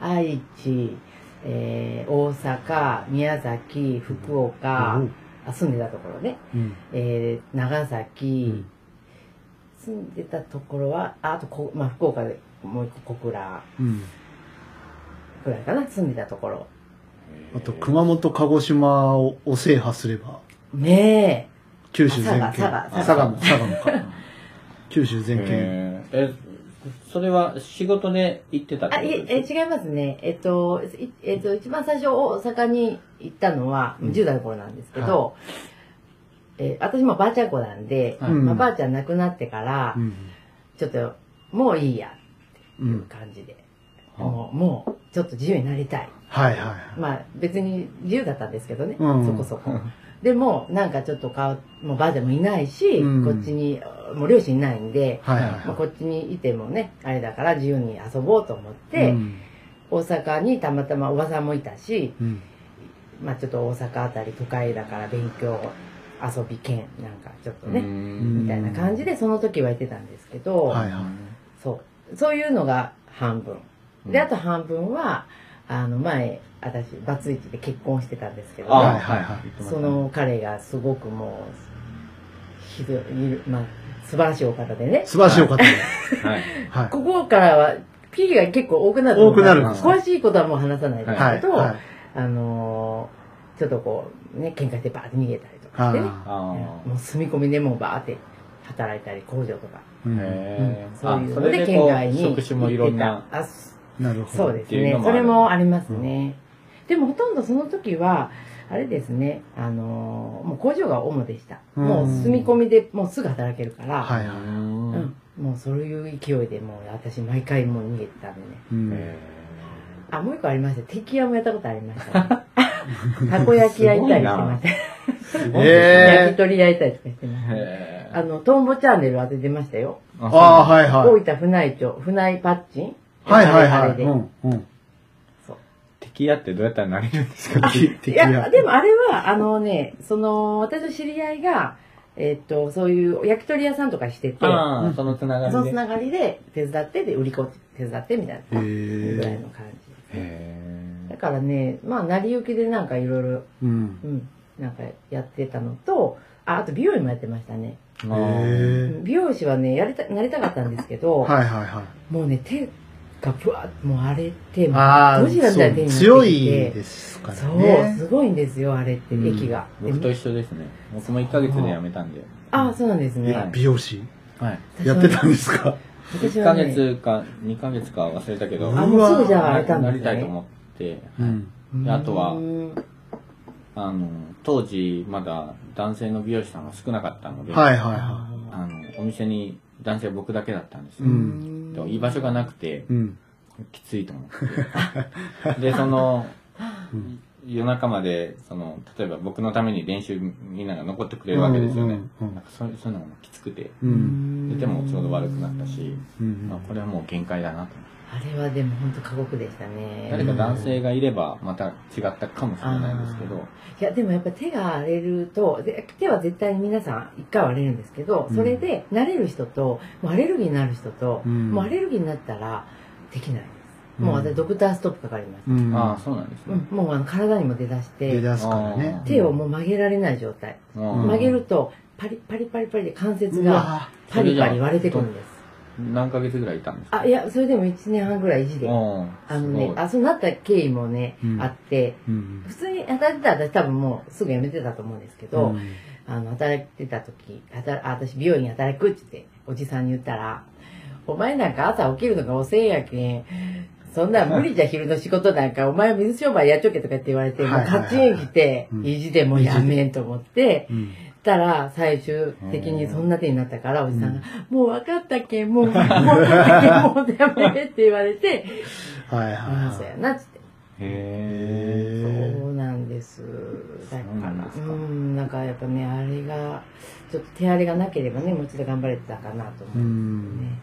Speaker 3: 愛知、えー大阪、宮崎、福岡、
Speaker 1: いおう
Speaker 3: あ住んでたところね、
Speaker 1: うん
Speaker 3: えー長崎、
Speaker 1: うん
Speaker 3: 住んでたところは、ああとこ、まあ、福岡でもう一個小倉
Speaker 1: うん
Speaker 3: くらいかな、住んでたところ。
Speaker 1: あと熊本鹿児島をを制覇すれば
Speaker 3: ね
Speaker 1: 九州全
Speaker 3: 佐
Speaker 1: 県
Speaker 3: 賀
Speaker 1: 佐
Speaker 2: 佐賀
Speaker 1: 賀も佐賀もか九州全県
Speaker 2: へーえ、それは仕事で行ってた
Speaker 3: え。
Speaker 2: って
Speaker 3: あ、
Speaker 2: こと
Speaker 3: いえ、
Speaker 2: ですか
Speaker 3: 違いますね。えっと、いえっと、一番最初大阪に行ったのは、
Speaker 1: うん
Speaker 3: 10代の頃なんですけど、えー私もばあちゃん子なんで、
Speaker 2: はい
Speaker 3: まあ、ばあちゃん亡くなってから、
Speaker 1: うん
Speaker 3: ちょっと、もういいや、
Speaker 1: う
Speaker 3: っていうん感じで。
Speaker 2: うん
Speaker 3: もう、もう、ちょっと自由になりたい。
Speaker 1: はいはいはい
Speaker 3: まあ、別に自由だったんですけどね、
Speaker 1: うん
Speaker 3: そこそ こ。でも、なんかちょっと顔、もうばあちゃんもいないし、
Speaker 1: うん
Speaker 3: こっちに、もう両親いないんで、
Speaker 1: はいはい
Speaker 3: まあ、
Speaker 1: は
Speaker 3: こっちにいてもね、あれだから自由に遊ぼうと思っ
Speaker 1: い
Speaker 3: て、
Speaker 1: うん
Speaker 3: 大阪にたまたまおばさんもいたし、
Speaker 1: うん
Speaker 3: まあちょっと大阪あたり都会だから勉強、遊び兼、なんかちょっと
Speaker 2: う
Speaker 3: ね、
Speaker 2: ん
Speaker 3: みたいな感じでその時は行ってたんですけど、
Speaker 1: はいは
Speaker 3: そう。そういうのが半分。
Speaker 2: う
Speaker 3: で、
Speaker 2: ん
Speaker 3: あと半分は、あの、前、私、バツイチで結婚してたんですけど、
Speaker 2: あ
Speaker 1: はいは
Speaker 2: はい
Speaker 1: いは
Speaker 2: はいい。
Speaker 3: その彼がすごくもう、ひどい、まあ、素晴らしいお方でね
Speaker 1: い、素晴らしいお方で
Speaker 2: はい。
Speaker 1: はい
Speaker 3: ここからは、P が結構多くなる。
Speaker 1: 多くなる
Speaker 3: 詳しいことはもう話さないです
Speaker 1: は
Speaker 3: け
Speaker 1: い
Speaker 3: ど、
Speaker 1: はい
Speaker 3: あのーちょっとこう、ね、喧嘩してバーって逃げたりとかしてね、
Speaker 1: あ
Speaker 2: あ
Speaker 3: もう住み込みでもうバーって働いたり、工場とか、
Speaker 1: ーう
Speaker 2: ー
Speaker 1: ん
Speaker 2: へー
Speaker 3: そういう
Speaker 2: あ
Speaker 3: の
Speaker 2: そ
Speaker 3: で
Speaker 2: れで
Speaker 3: 県
Speaker 2: こ
Speaker 3: 外
Speaker 2: う、
Speaker 3: に行
Speaker 2: 職
Speaker 3: ってた。
Speaker 2: 種もいろんな。
Speaker 3: あ
Speaker 1: なるほ
Speaker 3: そう
Speaker 1: ど
Speaker 3: です
Speaker 2: っていう
Speaker 3: ね
Speaker 2: のもあ
Speaker 3: そ
Speaker 2: る
Speaker 3: れもありますね、でもほとんどその時はあれですねあのーもう工場が主でした、
Speaker 1: うん
Speaker 3: もう住み込みでもうすぐ働けるから、
Speaker 1: はいは
Speaker 2: う
Speaker 1: い
Speaker 2: ん
Speaker 3: うん、もうそういう勢いでもう私毎回もう逃げてたんでね
Speaker 1: うん
Speaker 2: へ
Speaker 3: あもう一個ありました敵屋もやったことありました ねたこ焼き屋行ったりしてました
Speaker 2: ーすごいですね。
Speaker 1: え
Speaker 3: 焼き鳥屋行ったりとかしてましたね
Speaker 2: へー
Speaker 3: あの、トンボチャンネル当ててましたよ。
Speaker 2: あ
Speaker 1: ああはいはい
Speaker 3: 大分船井町、船井パッチン
Speaker 1: はいはいは
Speaker 3: あれ
Speaker 1: い
Speaker 3: で
Speaker 1: うんうん
Speaker 3: そう
Speaker 2: 敵屋ってどうやったらなれるんですか
Speaker 1: 敵
Speaker 3: い
Speaker 1: 敵
Speaker 3: や、
Speaker 1: や
Speaker 3: でもあれは、あのね、その、私の知り合いが、えっと、そういう焼き鳥屋さんとかしてて、そ
Speaker 2: ああ、そのつながりで。
Speaker 3: のつながりで手伝って、で、売り子手伝ってみたいな、ぐらい
Speaker 1: へえ
Speaker 3: の感じ。
Speaker 2: へ
Speaker 3: だからね、まあ、成り行きでなんかいろいろ、
Speaker 1: うん
Speaker 3: うん、なんかやってたのと、あ、あと美容院もやってましたね。
Speaker 2: ー
Speaker 1: へ
Speaker 3: う
Speaker 1: え
Speaker 3: ん美容師はね、やりた、なりたかったんですけど、
Speaker 1: はいはいはい
Speaker 3: もうね、手がぶわっともう荒れて、
Speaker 1: あ
Speaker 3: ゴジラ
Speaker 1: あ
Speaker 3: みたいな手になってきて
Speaker 1: 強いですから
Speaker 3: そう、
Speaker 1: ね
Speaker 3: すごいんですよ、あれって、
Speaker 1: うん
Speaker 3: 液が。で
Speaker 2: 僕と一緒ですね。僕も1ヶ月で辞めたんで。
Speaker 3: あ、そうなんですね。
Speaker 2: はい
Speaker 1: 美容師
Speaker 2: はい。
Speaker 1: やってたんですか
Speaker 3: 私
Speaker 2: 1ヶ
Speaker 3: はね、
Speaker 2: 月か2ヶ月か忘れたけど、
Speaker 1: う
Speaker 3: あ、
Speaker 1: わ
Speaker 2: な
Speaker 3: もうすぐじゃああれたんで
Speaker 2: な
Speaker 3: すね。
Speaker 2: りたいと思って、
Speaker 1: うん
Speaker 2: であとは
Speaker 3: うん
Speaker 2: あの、当時まだ男性の美容師さんが少なかったので、
Speaker 1: はいはいは
Speaker 2: あの、お店に男性僕だけだったんですよ。
Speaker 1: う
Speaker 2: でも居場所がなくて
Speaker 1: い、うん
Speaker 2: きついと思って。で、その、夜中まで、その、例えば僕のために練習みんなが残ってくれるわけですよね。
Speaker 1: うんうんうん
Speaker 2: なんかそういうそういうのがきつくて、
Speaker 1: う。
Speaker 3: うん
Speaker 2: で
Speaker 3: ん
Speaker 2: 手もちょうど悪くなったし、
Speaker 1: うん
Speaker 2: まあこれはもう限界だなと思って。
Speaker 3: あれはでも本当過酷でしたね
Speaker 2: 誰か男性がいれば、また違ったかもしれないんですけど、
Speaker 3: いやでもやっぱ手が荒れるとで手は絶対に皆さん一回は荒れるんですけどそれで慣れる人ともうアレルギーになる人と、
Speaker 1: うん
Speaker 3: もうアレルギーになったらできないですもう
Speaker 1: うん
Speaker 3: 私ドクターストップかかりまし
Speaker 1: うん。
Speaker 3: た、
Speaker 2: ああ、そうなんですね。
Speaker 3: うんもうあの体にも出だし
Speaker 1: 出
Speaker 3: て
Speaker 1: だすからね
Speaker 2: あ。ー
Speaker 3: 手をもう曲げられない状態、
Speaker 2: うん
Speaker 3: 曲げるとパリパリパリパリで関節
Speaker 1: う
Speaker 3: が
Speaker 1: わ
Speaker 3: パリパリ割れてくるんです
Speaker 2: 何ヶ月ぐらいいたんですか
Speaker 3: あいやそれでも1年半ぐらい維持で
Speaker 2: うん
Speaker 3: あの
Speaker 2: す
Speaker 3: ね
Speaker 2: ごい
Speaker 3: あそうなった経緯もね、
Speaker 1: うん
Speaker 3: あって
Speaker 1: うん。
Speaker 3: 普通に働いてたら私多分もうすぐ辞めてたと思うんですけど、
Speaker 1: うん
Speaker 3: あの働いてた時働あ私美容院働くって言っておじさんに言ったら「お前なんか朝起きるのが遅いやけんそんなん無理じゃ昼の仕事なんかお前水商売やっちょけ」とかって言われてもう
Speaker 1: はいはいはい
Speaker 3: カチン来て
Speaker 1: うん
Speaker 3: 意地でもうやめんと思って。
Speaker 1: うん。
Speaker 3: たら最終的にそんな手になったからおじさんが「もう分かったけんもうもう分かったけんもうやめ」って言われて
Speaker 1: はいはい
Speaker 3: 「ああ
Speaker 1: は
Speaker 3: そう
Speaker 1: い。
Speaker 3: やな」っつって。
Speaker 2: へえ。
Speaker 1: へ
Speaker 3: そうなんです。だ
Speaker 2: そうな
Speaker 3: か
Speaker 2: ん
Speaker 3: ら
Speaker 2: で、
Speaker 3: う
Speaker 2: すか
Speaker 3: ん、なんかやっぱね、あれが、ちょっと手荒れがなければね、もうちょっと頑張れてたかなと
Speaker 1: ーう
Speaker 3: 思う、
Speaker 1: ん。
Speaker 3: ね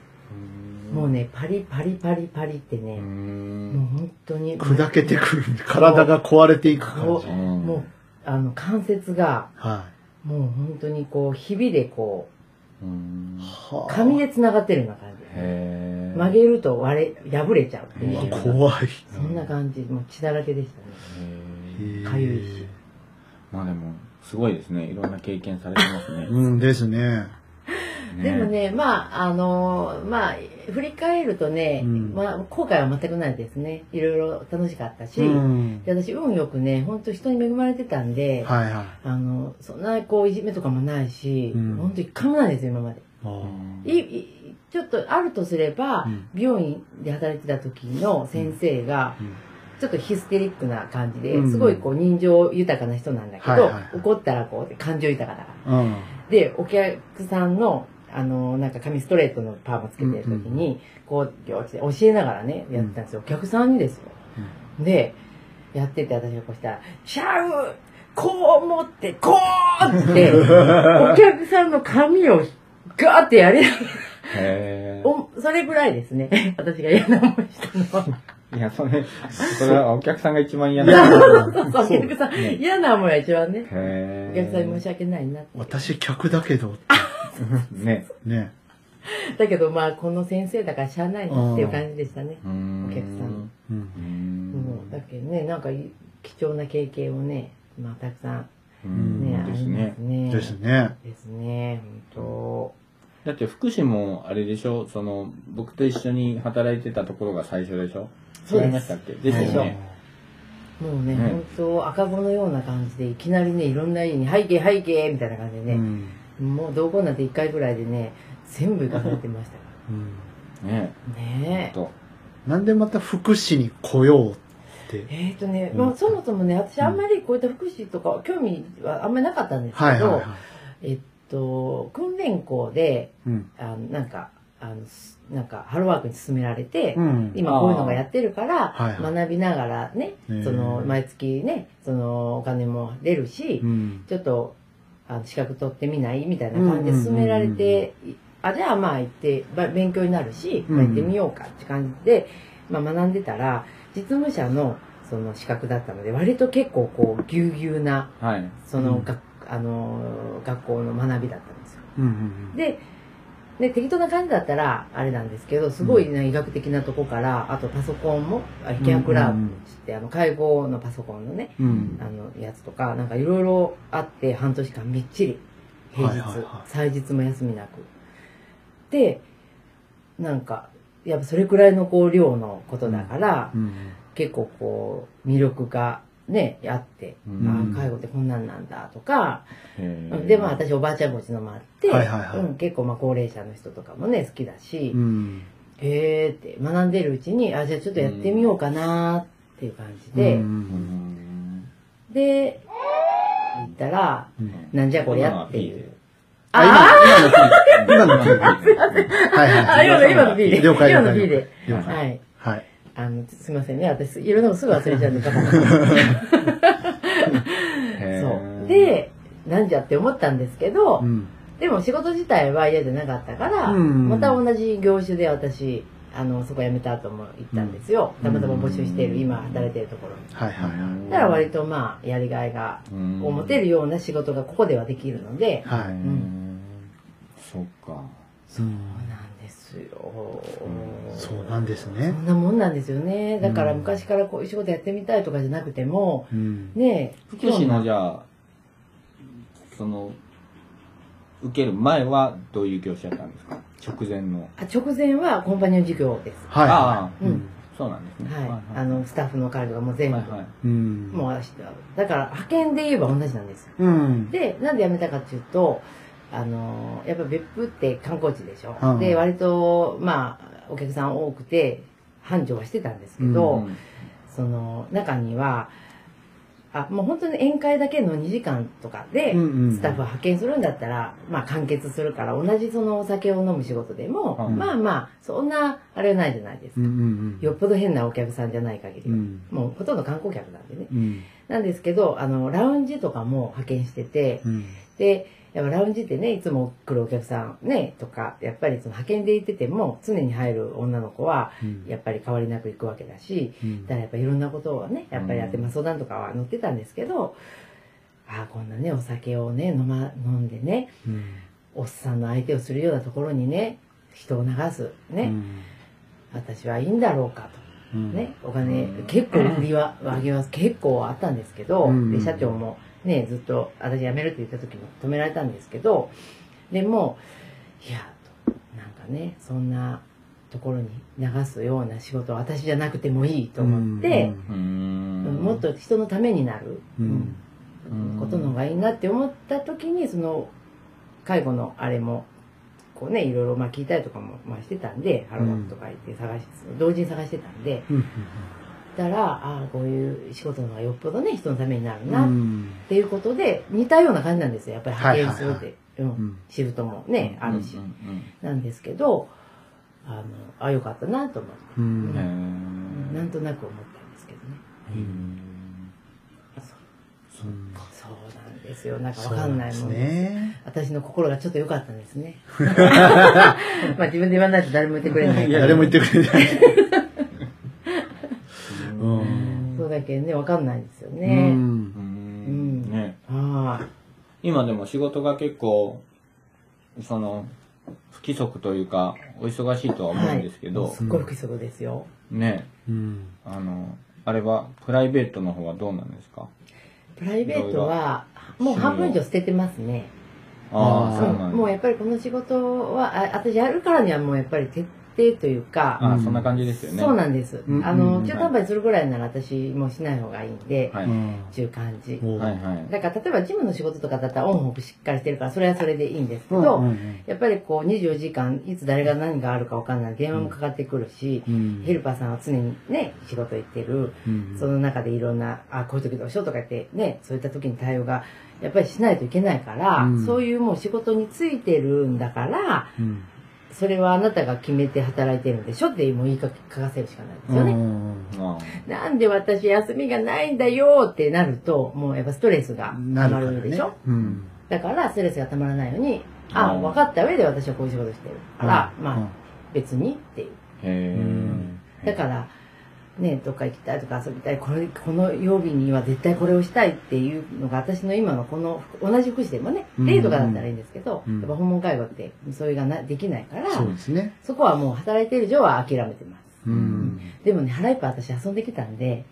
Speaker 3: もうね、パリパリパリパリって
Speaker 2: う。
Speaker 3: ね、もうん本当に、
Speaker 1: 砕けてくる。体が壊れていく感じ
Speaker 3: こ。うもう、あの、関節が、
Speaker 1: は
Speaker 3: もう本当にこう、ひびでこ
Speaker 2: うん。
Speaker 1: い。
Speaker 2: へ
Speaker 1: は
Speaker 3: う、
Speaker 1: あ
Speaker 3: 紙で繋がってるような感じ。
Speaker 2: え。
Speaker 3: 曲げると割れ、破れちゃうっていうう
Speaker 1: わ怖い。
Speaker 3: そんな感じ、もう血だらけでしたね。
Speaker 2: へえ
Speaker 3: かゆいし
Speaker 2: まあでも、すごいですね。いろんな経験されてますね。
Speaker 1: うんですね。
Speaker 3: でも。ね、まあ、あのまあ、振り返るとね、
Speaker 1: うん
Speaker 3: まあ、後悔は全くないですね。いろいろ楽しかったし、
Speaker 1: うん。
Speaker 3: で私、運よくね、本当人に恵まれてたんで、
Speaker 1: はいはい。あ
Speaker 3: あの、そんな、こう、いじめとかもないし、
Speaker 1: うん
Speaker 3: 本当一回もないですよ、今まで。
Speaker 1: ー
Speaker 3: いいちょっと、あるとすれば、
Speaker 1: うん
Speaker 3: 美容院で働いてた時の先生が、
Speaker 1: うん
Speaker 3: ちょっとヒステリックな感じで、
Speaker 1: うん
Speaker 3: すごいこう、人情豊かな人なんだけど、
Speaker 1: はいはいはい
Speaker 3: 怒ったらこう、感情豊かだから。
Speaker 1: うん。
Speaker 3: でお客さんのあのなんか髪ストレートのパーマつけてる時に、こう行事で教えながらねやってたんですよ、お客さんにですよ、でやってて私がこうしたら「シャウこう持ってこう!」って お客さんの髪をガーってやりながら
Speaker 2: へ
Speaker 3: おそれぐらいです ね私が嫌な思いしたのは
Speaker 2: え。いや、それ、それはお客さんが一番嫌な。
Speaker 3: そうそうお客さん嫌な思いは一番ね
Speaker 2: へえ。
Speaker 3: お客さんに申し訳ないなって
Speaker 1: 私客だけど。
Speaker 2: ね。
Speaker 1: ね。
Speaker 3: だけどまあこの先生だからしゃあないなっていう感じでしたね
Speaker 2: うーん
Speaker 3: お客さん。
Speaker 1: うん。
Speaker 3: もうだ
Speaker 2: う
Speaker 3: けどねなんかい貴重な経験をね、まあ、たくさん
Speaker 2: ん。
Speaker 3: ね、
Speaker 2: ね
Speaker 3: あ
Speaker 2: です
Speaker 3: りま
Speaker 2: ね
Speaker 3: す。ね。
Speaker 1: ですね。
Speaker 3: ですね本
Speaker 2: だって福祉もあれでしょその僕と一緒に働いてたところが最初でしょ
Speaker 3: そうです
Speaker 2: 違いましたっけですよね
Speaker 3: 当もうね、
Speaker 2: ね
Speaker 3: 本当赤子のような感じでいきなりねいろんな家に「背景背景」みたいな感じで
Speaker 1: う
Speaker 3: ね、
Speaker 1: ん。
Speaker 3: もう同行なんて1回ぐらいでね全部行かされてましたか
Speaker 1: うん。
Speaker 2: ね
Speaker 3: らねえ
Speaker 2: と
Speaker 1: なんでまた福祉に来ようって。
Speaker 3: えーとね、
Speaker 1: うん
Speaker 3: まあ、そもそもね私あんまりこういった福祉とか興味はあんまりなかったんですけど、
Speaker 1: はいはいはい。
Speaker 3: えっと訓練校で
Speaker 1: うん。
Speaker 3: あのなんかあのすなんかハローワークに勧められて、
Speaker 1: うん。
Speaker 3: 今こういうのがやってるから、
Speaker 1: はいはい
Speaker 3: 学びながらね、
Speaker 1: へえ
Speaker 3: その毎月ねそのお金も出るし、
Speaker 1: うん。
Speaker 3: ちょっとあの資格取ってみないみたいな感じで勧められて、いあじゃあまあ行ってば勉強になるし、
Speaker 1: うん
Speaker 3: まあ行ってみようかって感じで、まあ、学んでたら実務者のその資格だったので割と結構こうぎゅうぎゅうな
Speaker 2: はい
Speaker 3: その、
Speaker 1: うん
Speaker 3: があの学校の学びだったんですよ。
Speaker 1: うんうん。
Speaker 3: でで適当な感じだったらあれなんですけどすごい、ね医学的なとこからあとパソコンもあ飛脚ラ
Speaker 1: うんうん
Speaker 3: ブってあの介護のパソコンのね
Speaker 1: うん。
Speaker 3: あのやつとかなんかいろいろあって半年間みっちり平
Speaker 1: は
Speaker 3: 日、
Speaker 1: いはいはい
Speaker 3: 祭日も休みなくでなんかやっぱそれくらいのこう量のことだから、
Speaker 1: うん。
Speaker 3: 結構こう魅力がねあって、
Speaker 2: うん
Speaker 3: あー介護ってこんなんなんだとか
Speaker 2: へ
Speaker 3: う
Speaker 2: ー
Speaker 3: んでまあ私おばあちゃん持ちのもあって、
Speaker 1: はいはいはい
Speaker 3: うん、結構まあ高齢者の人とかもね好きだし、
Speaker 1: うん。
Speaker 3: へえって学んでるうちにあじゃあちょっとやってみようかなっていう感じで、
Speaker 2: うー
Speaker 1: うん
Speaker 2: ん
Speaker 3: で行ったら
Speaker 1: うん
Speaker 3: なんじゃこりゃっていう。
Speaker 1: あ
Speaker 2: 今の
Speaker 1: 今の
Speaker 2: P で
Speaker 1: はいはい
Speaker 3: あ今の今の B で
Speaker 1: 了解
Speaker 3: 今の B で
Speaker 1: 了解
Speaker 3: はい
Speaker 1: はい。
Speaker 3: あの、すみませんね。私、いろんなのすぐ忘れ ちゃうんで、バカなそう。で、なんじゃって思ったんですけど、
Speaker 1: うん。
Speaker 3: でも仕事自体は嫌じゃなかったから、
Speaker 1: うん
Speaker 3: また同じ業種で私、あの、そこ辞めた後も行ったんですよ。
Speaker 1: うん
Speaker 3: たまたま募集している、今働いているところに。
Speaker 1: はいはいは
Speaker 3: だから割とまあ、やりがいが、を持て
Speaker 2: る。
Speaker 3: るような仕事がここではできるので、
Speaker 1: い。は
Speaker 2: う
Speaker 1: い。
Speaker 2: んそっか。
Speaker 1: そう
Speaker 3: そうなんですよ。
Speaker 1: そうなんです
Speaker 3: そ
Speaker 1: ね。
Speaker 3: んなもんなんですよね。だから
Speaker 1: うん
Speaker 3: 昔からこういう仕事やってみたいとかじゃなくても、
Speaker 1: うん。
Speaker 3: ねえ、
Speaker 2: 福祉のじゃあ、その、受ける前はどういう業種だったんですか直前の。
Speaker 3: あ直前はコンパニオン事業です。
Speaker 1: はい
Speaker 2: あ
Speaker 1: はい。うん。
Speaker 2: そうなんですね。
Speaker 3: はい。あの、スタッフの管理がもう全部。
Speaker 2: はいはい。
Speaker 1: うん。
Speaker 3: もう私、だから派遣で言えば同じなんですよ。
Speaker 1: うん。
Speaker 3: で、なんで辞めたかっていうと、あの、やっぱ別府って観光地でしょ。
Speaker 1: うん
Speaker 3: で、割と、まあ、お客さん多くて、繁盛はしてたんですけど、
Speaker 2: うん
Speaker 3: その、中には、あ、もう本当に宴会だけの2時間とかで、ス
Speaker 1: ス
Speaker 3: タッフを派遣するんだったら、まあ完結するから、同じそのお酒を飲む仕事でも、
Speaker 2: うん
Speaker 3: まあまあ、そんな、あれはないじゃないで
Speaker 1: う
Speaker 3: すか。
Speaker 1: んうんうん。
Speaker 3: よっぽど変なお客さんじゃない限り
Speaker 1: う
Speaker 3: は。
Speaker 1: ん。
Speaker 3: もうほとんど観光客なんでね。
Speaker 1: うん。
Speaker 3: なんですけど、あの、ラウンジとかも派遣してて、
Speaker 1: うん。
Speaker 3: で、やっぱラウンジってね、いつも来るお客さんね、とか、やっぱりその派遣で行ってても、常に入る女の子は、
Speaker 1: うん
Speaker 3: やっぱり変わりなく行くわけだし、
Speaker 1: うん
Speaker 3: だからやっぱいろんなことをね、やっぱりやって、まあ相談とかは載ってたんですけど、ああ、こんなね、お酒をね、飲ま、飲んでね、
Speaker 1: うん
Speaker 3: おっさんの相手をするようなところにね、人を流す、
Speaker 1: う
Speaker 3: ね、
Speaker 1: ん
Speaker 3: 私はいいんだろうかと。
Speaker 1: うん
Speaker 3: ね、お金
Speaker 2: うん、
Speaker 3: 結構売りは、上げは結構あったんですけど、
Speaker 1: うん
Speaker 3: で、社長もね、ずっと、私辞めるって言った時も止められたんですけど、でも、いや、となんかね、そんなところに流すような仕事は私じゃなくてもいいと思って、
Speaker 2: う
Speaker 3: うん
Speaker 2: ん
Speaker 3: もっ、と人のためになる、
Speaker 1: うんうん
Speaker 2: うん
Speaker 3: ことの方がいいなって思った時に、その、介護のあれも、こうね、いろいろまあ聞いたりとかもまあしてたんで、ハローワークとか行って探し、同時に探してたんで、
Speaker 1: うん
Speaker 3: ったら、ああ、こういう仕事の方がよっぽどね、人のためになる
Speaker 1: う
Speaker 3: な、っ
Speaker 1: ん
Speaker 3: ていうことで、似たような感じなんですよ。やっぱり
Speaker 1: はい
Speaker 3: 派遣するって、
Speaker 1: は
Speaker 3: うん
Speaker 1: うん
Speaker 3: シフトもね、あるし、
Speaker 2: うん
Speaker 3: なんですけど、あの、あ、よかったなと思って、
Speaker 1: う
Speaker 2: うんんうん。
Speaker 1: ね
Speaker 2: へー
Speaker 3: なんとなく思ったんですけどね。
Speaker 2: うん
Speaker 3: そう
Speaker 2: そっか
Speaker 3: そうなんですよ。なんかわ
Speaker 1: そう
Speaker 3: かんない
Speaker 1: です
Speaker 3: もんです。
Speaker 1: ね。
Speaker 3: 私の心がちょっと良かったんで すね。まあ自分で言わないと誰も言ってくれないから。
Speaker 1: 誰も言ってくれない。うん
Speaker 3: そうだけどね、わかんないですよ
Speaker 1: う。
Speaker 3: ね。
Speaker 2: うんんね
Speaker 3: はい。
Speaker 2: 今でも仕事が結構その不規則というかお忙しいとは思うんですけど、
Speaker 3: はい、すっごい不規則ですよ。
Speaker 2: ね
Speaker 1: うん。
Speaker 2: あのあれはプライベートの方はどうなんですか
Speaker 3: プライベートは、もう半分以上捨ててますね。
Speaker 1: あー
Speaker 2: ああ
Speaker 3: う
Speaker 2: そ
Speaker 1: 趣味を
Speaker 2: うんなん
Speaker 3: もうや
Speaker 2: や
Speaker 3: っぱりこの仕事は、あ私やるからにはもうやっぱり徹底というか、
Speaker 2: あーそんな感じですよね
Speaker 3: そうなんです。
Speaker 1: うん
Speaker 3: あ
Speaker 1: う
Speaker 3: の、
Speaker 1: ん
Speaker 3: 中途半端にするぐらいなら私もうしない方がいいんで、
Speaker 2: はい
Speaker 1: うん
Speaker 3: っていう感じ。
Speaker 1: おう
Speaker 2: はいはい
Speaker 3: だから例えばジムの仕事とかだったらオンオフしっかりしてるから、それはそれでいいんですけ
Speaker 1: うん
Speaker 3: ど、
Speaker 1: うん
Speaker 3: やっぱりこう24時間、いつ誰が何があるかわかんない、電話もかかってくるし、
Speaker 1: うん
Speaker 3: ヘルパーさんは常にね、仕事行ってる。
Speaker 1: うん
Speaker 3: その中でいろんな、あ、こういう時どうしようとか言って、ね、そういった時に対応が、やっぱりしないといけないから、
Speaker 1: うん
Speaker 3: そういうもう仕事についてるんだから、
Speaker 1: うん
Speaker 3: それはあなたが決めて働いてるんでしょってもう言いか書かせるしかないです
Speaker 1: う
Speaker 3: よね。
Speaker 1: ん
Speaker 2: あ
Speaker 3: なんで私休みがないんだよってなると、もうやっぱストレスが溜
Speaker 1: な
Speaker 3: ま
Speaker 1: るから
Speaker 3: る
Speaker 1: ね
Speaker 3: でしょ、
Speaker 1: うん
Speaker 3: だからストレスが溜まらないように、あ、
Speaker 2: うん
Speaker 3: 分かった上で私はこういう仕事してるから、まあ、別にっていう。
Speaker 2: ーへ
Speaker 1: うん
Speaker 2: え
Speaker 3: だから、ね、どっか行きたいとか遊びたい、これこの曜日には絶対これをしたいっていうのが、私の今のこの、同じ福祉でもね、
Speaker 1: うん
Speaker 3: 例とかだったらいいんですけど、
Speaker 1: うん
Speaker 3: やっぱ訪問介護って、それがなできないから、
Speaker 1: そうですね。
Speaker 3: そこはもう働いてる以上は諦めてます。
Speaker 1: うん。
Speaker 3: でもね、腹いっぱい私遊んできたんで、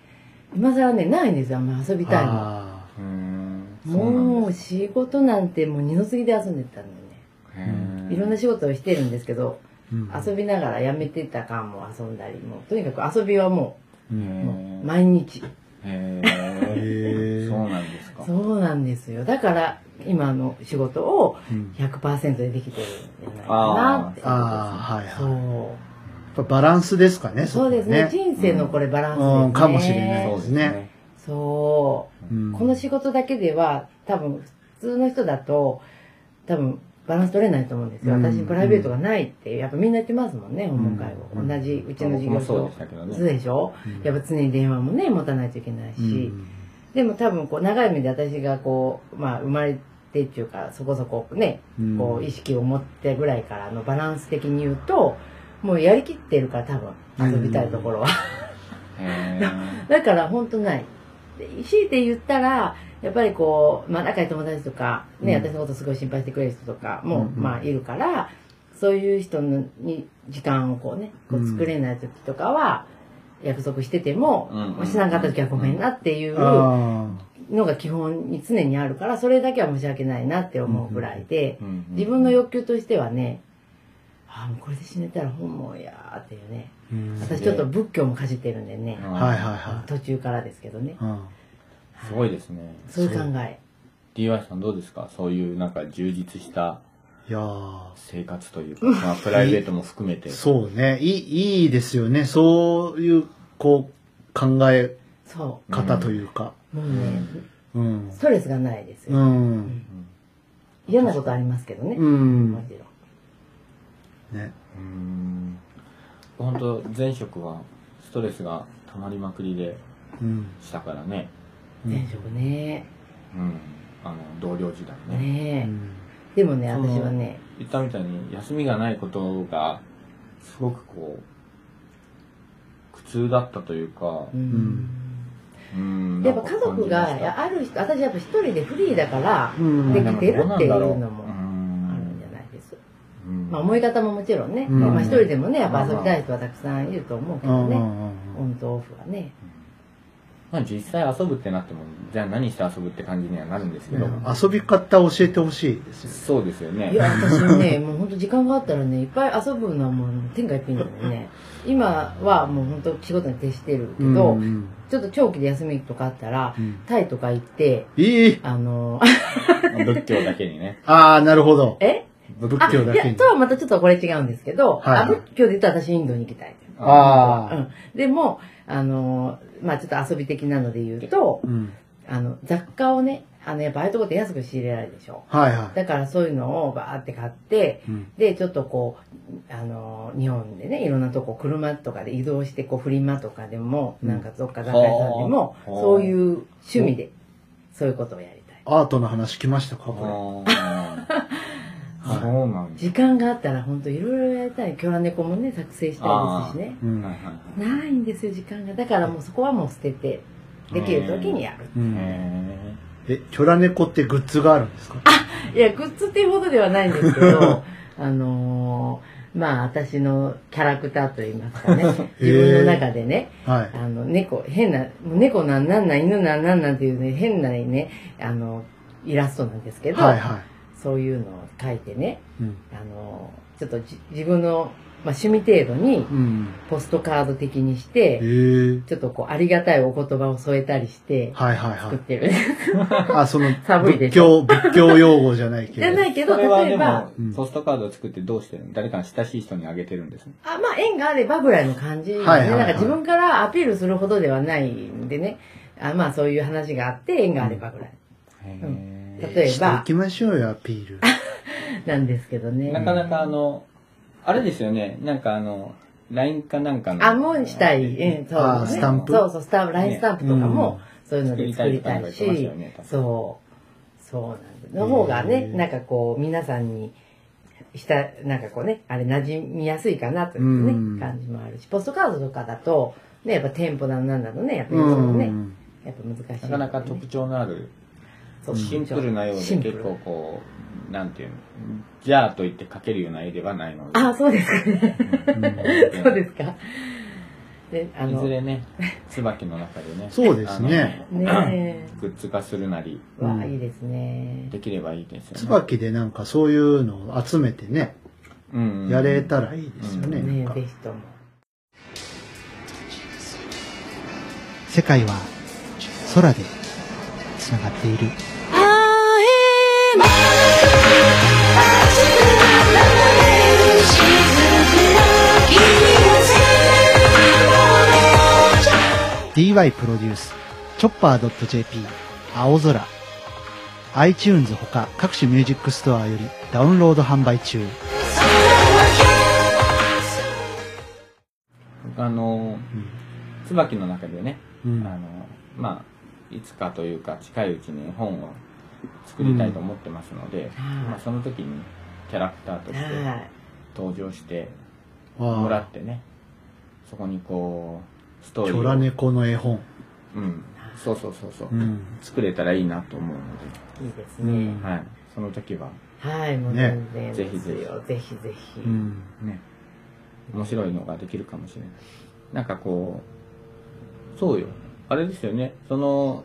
Speaker 3: 今更ね、ないんですよ、あんま遊びたいの。
Speaker 1: あ
Speaker 2: うーん
Speaker 3: もう
Speaker 2: う
Speaker 3: 仕事なんてもう二の次で遊んでたんだよね。いろんな
Speaker 2: 人
Speaker 3: 仕事をしてるんですけど、
Speaker 1: ーうん
Speaker 3: 遊びながらやめてた間も遊んだり、もうとにかく遊びはも
Speaker 1: う
Speaker 3: う、
Speaker 1: ん
Speaker 3: もう毎日。
Speaker 2: へ
Speaker 1: へ
Speaker 2: え
Speaker 1: ー
Speaker 2: そうなんですか
Speaker 3: そうなんですよ。だから、今の仕事を
Speaker 1: うん
Speaker 3: 100%でできてるんじゃないかなって
Speaker 1: ああ、はいはい。やっぱ
Speaker 3: そ
Speaker 1: バランスですかね、
Speaker 3: う。そうですね。
Speaker 1: こは
Speaker 3: 人生のこれバランスですね。
Speaker 1: うんかもしれない
Speaker 2: そうですね
Speaker 3: そうう。
Speaker 1: ん
Speaker 3: この仕事だけでは、多分、普通の人だと、多分、バランス取れないと思うんですよ。
Speaker 1: うん
Speaker 3: 私、プライベートがないって、やっぱみんな言ってますもんね、訪問介護。
Speaker 1: うん
Speaker 3: 同じ、うちの
Speaker 2: 僕
Speaker 3: 事
Speaker 2: も
Speaker 3: 業
Speaker 2: そう
Speaker 3: 所
Speaker 2: でし。たけど
Speaker 3: そう
Speaker 2: ね。
Speaker 3: でしょやっぱ常に電話もね、持たないといけないし。
Speaker 1: うん
Speaker 3: でも多分、こう、長い目で私がこう、まあ、生まれてっていうか、そこそこね、
Speaker 1: うん
Speaker 3: こう、意識を持ってぐらいからのバランス的に言うと、もうやりきってるから多分、遊びたいところは。
Speaker 2: へー
Speaker 3: だから本当ない。で強いて言ったら、やっぱりこう、まあ仲いい友達とか、ね、
Speaker 1: うん
Speaker 3: 私のことすごい心配してくれる人とかも、
Speaker 1: うんうん
Speaker 3: まあいるから、そういう人に時間をこうね、こう作れない時とかは、約束してても、
Speaker 2: うんうん
Speaker 3: もうしなかった時はごめんなっていうの
Speaker 1: ああ
Speaker 3: が基本に常にあるから、それだけは申し訳ないなって思うぐらいで、
Speaker 2: うん
Speaker 3: 自分の欲求としてはね、ああ、もうこれで死ねたら本望やーっていうね。
Speaker 1: うんはい
Speaker 3: 私ちょっと仏教もかじってるんでね。
Speaker 2: うん
Speaker 1: はいは
Speaker 3: 途中からですけどね
Speaker 1: い。うん
Speaker 2: すごいですね。
Speaker 3: そういう考え。
Speaker 2: DY さんどうですかそういうなんか充実した
Speaker 1: いやー
Speaker 2: 生活というか、まあプライベートも含めて。
Speaker 1: そうねいいいいですよねそういうこう考え
Speaker 3: そ
Speaker 1: 方というか
Speaker 3: う。もうね、
Speaker 1: うん
Speaker 3: ストレスがないです
Speaker 1: う
Speaker 3: よ。
Speaker 1: ん
Speaker 3: 嫌なことありますけどね。
Speaker 1: うん
Speaker 3: もちろん。
Speaker 1: ね
Speaker 2: うーん。本当前職はストレスが溜まりまくりで
Speaker 1: うん
Speaker 2: したからね。
Speaker 1: うん
Speaker 3: 前職ね。
Speaker 2: うん。あの、同僚時代ね。
Speaker 1: う
Speaker 3: ね
Speaker 1: ん
Speaker 3: え。でもね、
Speaker 2: そう
Speaker 3: 私はね、
Speaker 2: 言ったみたいに休みがないことがすごくこう苦痛だったというか、
Speaker 1: う
Speaker 3: う
Speaker 1: ん
Speaker 3: ん。
Speaker 2: うん
Speaker 3: やっぱ家族がいやある人、私やっぱ一人でフリーだから、
Speaker 1: うん
Speaker 3: できてるっていうの
Speaker 2: う
Speaker 3: もあるん
Speaker 2: ん
Speaker 3: じゃないです。
Speaker 2: うん
Speaker 3: まあ思い方ももちろんね、
Speaker 1: うん
Speaker 3: まあ一人でもね、やっぱ遊びたい人はたくさんいると思うけ
Speaker 1: うん
Speaker 3: ど
Speaker 1: う
Speaker 3: ね。
Speaker 1: ん
Speaker 3: オンとオフはね。
Speaker 2: まあ実際遊ぶってなってもじゃあ何して遊ぶって感じにはなるんですけ
Speaker 1: う
Speaker 2: ど、
Speaker 1: ん遊び方教えてほしいですよ
Speaker 2: そうですよね
Speaker 3: いや、私 はね、もう本当時間があったらね、いっぱい遊ぶのはもう天下一品だもんね。今はもう本当仕事に徹してるけど、
Speaker 1: うん
Speaker 3: ちょっと長期で休みとかあったら
Speaker 1: う、ん
Speaker 3: タイとか行って、
Speaker 1: いい
Speaker 3: あの、
Speaker 2: 仏教だけにね
Speaker 1: ああなるほど
Speaker 3: え
Speaker 1: 仏
Speaker 3: あ、
Speaker 1: 教だ
Speaker 3: い
Speaker 1: け
Speaker 3: や、
Speaker 1: に
Speaker 3: とはまたちょっとこれ違うんですけど、
Speaker 1: はい
Speaker 3: あ仏教で言ったら私インドに行きたい。う
Speaker 1: ああ
Speaker 3: ん。でも、あの、まあちょっと遊び的なので言うと
Speaker 1: う、ん
Speaker 3: あの、雑貨をね、あの、やっぱああいうとこで安く仕入れられるでしょ。
Speaker 1: はいは
Speaker 3: だからそういうのをバーって買って、
Speaker 1: いうん
Speaker 3: で、ちょっとこう、あの、日本でね、いろんなとこ、車とかで移動して、こう、フリマとかでも、
Speaker 1: うん
Speaker 3: なんかどっか雑貨屋さんでも、
Speaker 2: はあ
Speaker 3: そういう趣味で、そういうことをやりたい。
Speaker 1: アートの話来ましたか
Speaker 2: あ
Speaker 1: こ
Speaker 2: ーそうなんです
Speaker 3: 時間があったら、ほんといろいろやりたい。キョラ猫もね、作成したいですしね。
Speaker 1: れうん
Speaker 2: はいはいはい
Speaker 3: ないんですよ、時間が。だからもうそこはもう捨てて、できる時にやる。
Speaker 1: うん
Speaker 2: へ
Speaker 1: えキョラ猫ってグッズがあるんですか
Speaker 3: いや、グッズっていうほどではないんです けど、あのーまあ、私のキャラクターといいま すかね、自分の中でね、
Speaker 1: はい
Speaker 3: あの、猫、変な、もう猫なんなんなん、犬なんなんなんっていうね、変なね、あの、イラストなんですけど、
Speaker 1: はいはい
Speaker 3: そういうのを描いてね、
Speaker 1: うん
Speaker 3: あの、ちょっとじ自分の、まあ、趣味程度に
Speaker 1: うん
Speaker 3: ポストカード的にし
Speaker 1: ええ
Speaker 3: て、ちょっとこう、ありがたいお言葉を添えたりして、
Speaker 1: はいはいは
Speaker 3: 作っ
Speaker 1: い
Speaker 3: てる。
Speaker 1: あその
Speaker 3: 寒いで
Speaker 1: 仏
Speaker 3: し
Speaker 1: 教仏教用語じゃないけ
Speaker 3: じゃ
Speaker 1: ど
Speaker 3: ないけ
Speaker 2: え
Speaker 3: ど、
Speaker 2: それは
Speaker 3: 例
Speaker 2: で
Speaker 3: えば
Speaker 2: も、
Speaker 1: うん
Speaker 2: ポストカードを作ってどうしてるの誰かに親しい人にあげてるんですね
Speaker 3: あまあ、縁があればぐらいの感じで、ね
Speaker 1: はいはいはい
Speaker 3: なんか自分からアピールするほどではないんでね、あまあ、そういう話があって、縁があればぐらい
Speaker 2: へ
Speaker 3: 例えば
Speaker 1: していきましょうよアピール
Speaker 3: なんですけどね。
Speaker 2: ーなかなかあの、あれですよね、なんかあの、LINE かなんかの。
Speaker 3: あ、もうしたい。うん、そう、ね。
Speaker 1: あースタンプ
Speaker 3: そうそう、スタンプ、ラインスタンプとかも、そういうの
Speaker 2: 作
Speaker 3: で
Speaker 2: りた
Speaker 3: 作
Speaker 2: い
Speaker 3: り
Speaker 2: とか
Speaker 3: た
Speaker 2: なんか
Speaker 3: い
Speaker 2: 言ってました
Speaker 3: し
Speaker 2: よ、ね。確か
Speaker 3: そう。そうなんです。の方がね、
Speaker 1: へー
Speaker 3: なんかこう、皆さんに、した、なんかこうね、あれ、馴染みやすいかなというね、
Speaker 1: うん
Speaker 3: 感じもあるし、ポストカードとかだと、ね、やっぱ店舗だなんだのね、やっぱり
Speaker 1: う
Speaker 3: そのね、
Speaker 1: ん
Speaker 3: やっぱ難しい、
Speaker 2: なかなか特徴のある、
Speaker 3: そう
Speaker 2: シンプルなようで
Speaker 3: シンプル
Speaker 2: 結構こう、なんていうの、じゃあと言って書けるような絵ではないので。
Speaker 3: あ、そうですかね。
Speaker 2: うん
Speaker 3: そうですか。で、あ
Speaker 2: い
Speaker 3: の、
Speaker 2: ず
Speaker 3: ね
Speaker 2: れね、椿の中でね。
Speaker 1: そうですね
Speaker 2: あの。
Speaker 3: え、
Speaker 2: グッズ化するなり、
Speaker 3: わあ、いいですね。
Speaker 2: できればいいですよね。
Speaker 1: 椿でなんかそういうのを集めてね
Speaker 2: うんうん
Speaker 1: やれたらいいですよねな
Speaker 3: ね
Speaker 1: んか
Speaker 3: ぜひとも。
Speaker 1: 世界は空でつながっている「DY プロデュース」「チョッパー .jp」「青空」iTunes ほか各種ミュージックストアよりダウンロード販売中。
Speaker 2: あの、椿の中でね、
Speaker 1: うん
Speaker 2: あの、まあ、いつかというか近いうちに絵本を作りたいと思ってますので、まあ、その時にキャラクターとして
Speaker 3: は
Speaker 2: 登場してもら
Speaker 1: あ
Speaker 2: ってね、そこにこう、ス
Speaker 1: あ、
Speaker 2: ト
Speaker 1: チ
Speaker 2: ーリ
Speaker 1: ョラ
Speaker 2: ーを、
Speaker 1: 猫の絵本。
Speaker 2: うん、そうそうそうそう、
Speaker 1: うん。
Speaker 2: 作れたらいいなと思うので、
Speaker 3: い。いいです
Speaker 1: う
Speaker 3: ね
Speaker 1: ん。
Speaker 2: はい、その時は
Speaker 3: はい、もう
Speaker 1: ね
Speaker 3: 全然
Speaker 2: ぜひぜひ
Speaker 3: ですよぜひぜひ。
Speaker 1: うん。
Speaker 2: ね、面白いのができるかもしれない。なんかこう、そうよ。あれですよね。その、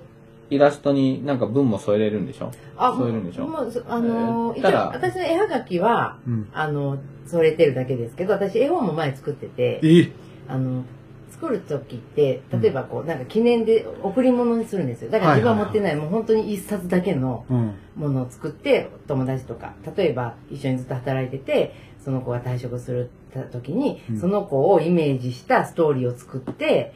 Speaker 2: イラストになんか文も添えれるんでしょ
Speaker 3: あ
Speaker 2: 添えるんでしょ
Speaker 3: もう、そあのー、
Speaker 2: えー
Speaker 3: 一
Speaker 2: た
Speaker 3: 応
Speaker 2: だ
Speaker 3: 私の絵はがきは、
Speaker 1: うん。
Speaker 3: あの、添えてるだけですけど、私絵本も前作ってて、
Speaker 1: え
Speaker 3: あの、作る時って、例えばこう、なんか記念で贈り物にするんですよ。だから自分は持ってない、もう本当に一冊だけの
Speaker 1: うん。
Speaker 3: ものを作って、友達とか、例えば一緒にずっと働いてて、その子が退職する時に、
Speaker 1: うん
Speaker 3: その子をイメージしたストーリーを作って、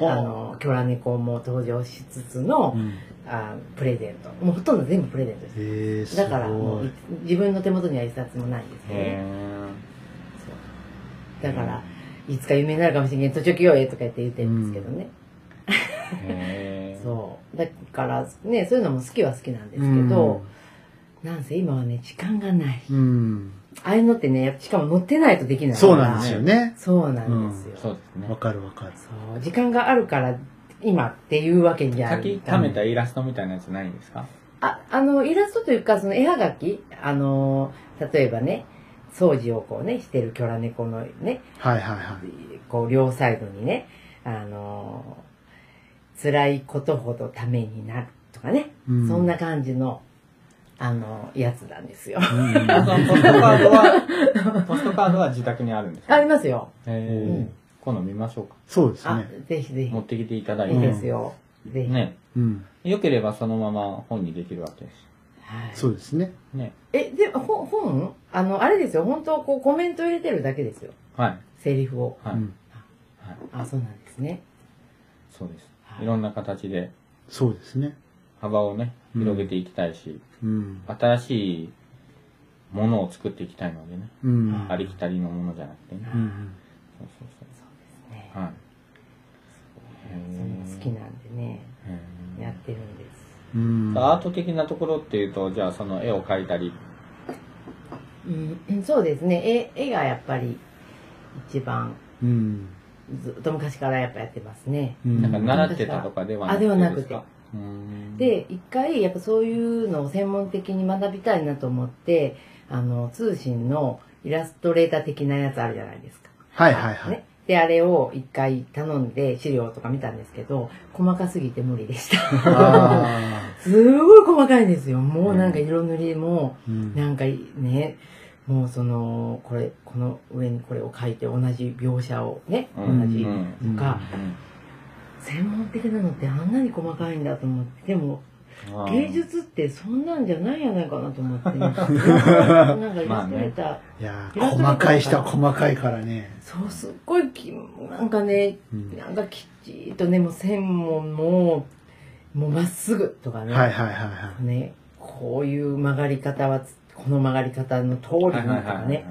Speaker 3: あ
Speaker 1: は
Speaker 3: の、キョラ猫も登場しつつ
Speaker 1: あ。
Speaker 3: の
Speaker 1: う、ん
Speaker 3: あプレゼント。もうほとんど全部プレゼントです。
Speaker 1: えー、すご
Speaker 3: だ
Speaker 1: い。
Speaker 3: からもうい自分の手元には一冊もないんですよね。だから、いつか有名になるかもしれない途中起用へとか言って言ってるんですけどね。
Speaker 2: へー
Speaker 3: そう。だからね、そういうのも好きは好きなんですけど、なんせ今はね、時間がない。
Speaker 1: うん、うん。
Speaker 3: ああいうのってね、やっぱしかも乗ってないとできないから。
Speaker 1: そうなんですよね。
Speaker 3: そうなんですよ。
Speaker 2: そうです
Speaker 1: わ
Speaker 2: ね。
Speaker 1: かるわかる。
Speaker 3: そう。時間があるから、今っていうわけじゃ
Speaker 2: 先貯めたイラストみたいなやつないんですか
Speaker 3: あ、あの、イラストというか、その絵はがき、あの、例えばね、掃除をこうね、してるキョラ猫のね、
Speaker 1: はいはいはい。
Speaker 3: こう両サイドにね、あの、辛いことほどためになるとかね、
Speaker 1: うん
Speaker 3: そんな感じの、あの、やつなんですよ。
Speaker 2: あそのポストカードは、ポストカードは自宅にあるんですか
Speaker 3: ありますよ。
Speaker 2: へ
Speaker 3: う
Speaker 2: ー
Speaker 3: ん
Speaker 2: 今度見ましょうか。
Speaker 1: そうです
Speaker 3: あ
Speaker 1: ね。、
Speaker 3: ぜひぜ
Speaker 2: 持っ
Speaker 3: ひ。
Speaker 2: てきていただい
Speaker 3: いいで
Speaker 2: て。
Speaker 3: すよ。ぜひ。
Speaker 2: ね。
Speaker 1: うん。
Speaker 2: 良ければそのまま本にできるわけです。
Speaker 3: はい
Speaker 1: そうですね。
Speaker 2: ね。
Speaker 3: え、で、ほ本あの、あれですよ。本当こうコメント入れてるだけですよ。
Speaker 2: はい。
Speaker 3: セリフを。
Speaker 2: は
Speaker 1: う
Speaker 2: い。
Speaker 1: ん。
Speaker 2: はい。
Speaker 3: あ、そうなんですね。
Speaker 2: そうです
Speaker 3: は。い
Speaker 2: いろんな形で
Speaker 1: そうですね。
Speaker 2: 幅をね、広げていきたいし、
Speaker 1: うん。
Speaker 2: 新しいものを作っていきたいのでね。
Speaker 1: うん。
Speaker 2: ありきたりのものじゃなくてね。
Speaker 1: うん。
Speaker 2: そうそうそ
Speaker 3: ね
Speaker 2: う。はい。
Speaker 3: そういうの好きなんでね、
Speaker 2: へー
Speaker 3: やってるんです。
Speaker 1: うん。
Speaker 2: アート的なところっていうと、じゃあその絵を描いたり、
Speaker 3: うん、そうですね。絵、絵がやっぱり一番
Speaker 1: うん。
Speaker 3: ずっと昔からやっぱやってますね。
Speaker 1: うん
Speaker 2: なんか習ってたとかではなくて
Speaker 3: あではなくて
Speaker 2: すかうーん、
Speaker 3: で、一回やっぱそういうのを専門的に学びたいなと思って、あの、通信のイラストレーター的なやつあるじゃないですか。
Speaker 1: はいはいはい。
Speaker 3: ね。で、あれを一回頼んで資料とか見たんですけど、細かすぎて無理でした。
Speaker 1: あ
Speaker 3: すごい細かいんですよ。もうなんか色塗りも、
Speaker 1: ーうん
Speaker 3: なんかね、もうその、これ、この上にこれを書いて同じ描写をね、
Speaker 2: う
Speaker 3: 同
Speaker 2: ん
Speaker 3: じ
Speaker 2: うんうん
Speaker 3: とか、専門的なのってあんなに細かいんだと思って、でも
Speaker 2: あー
Speaker 3: 芸術ってそんなんじゃないんやないかなと 思って、なんかイラストレーター、
Speaker 1: いやー細かい人は細かいからね。
Speaker 3: そう、すっごいき、なんかね、
Speaker 1: うん
Speaker 3: なんかきっちりとね、もう線ももう、もうまっすぐとかね、
Speaker 1: はいはいはいは
Speaker 3: ね、こういう曲がり方は、この曲がり方の通りにと
Speaker 2: はいはいはい
Speaker 3: か
Speaker 2: はい
Speaker 3: ね、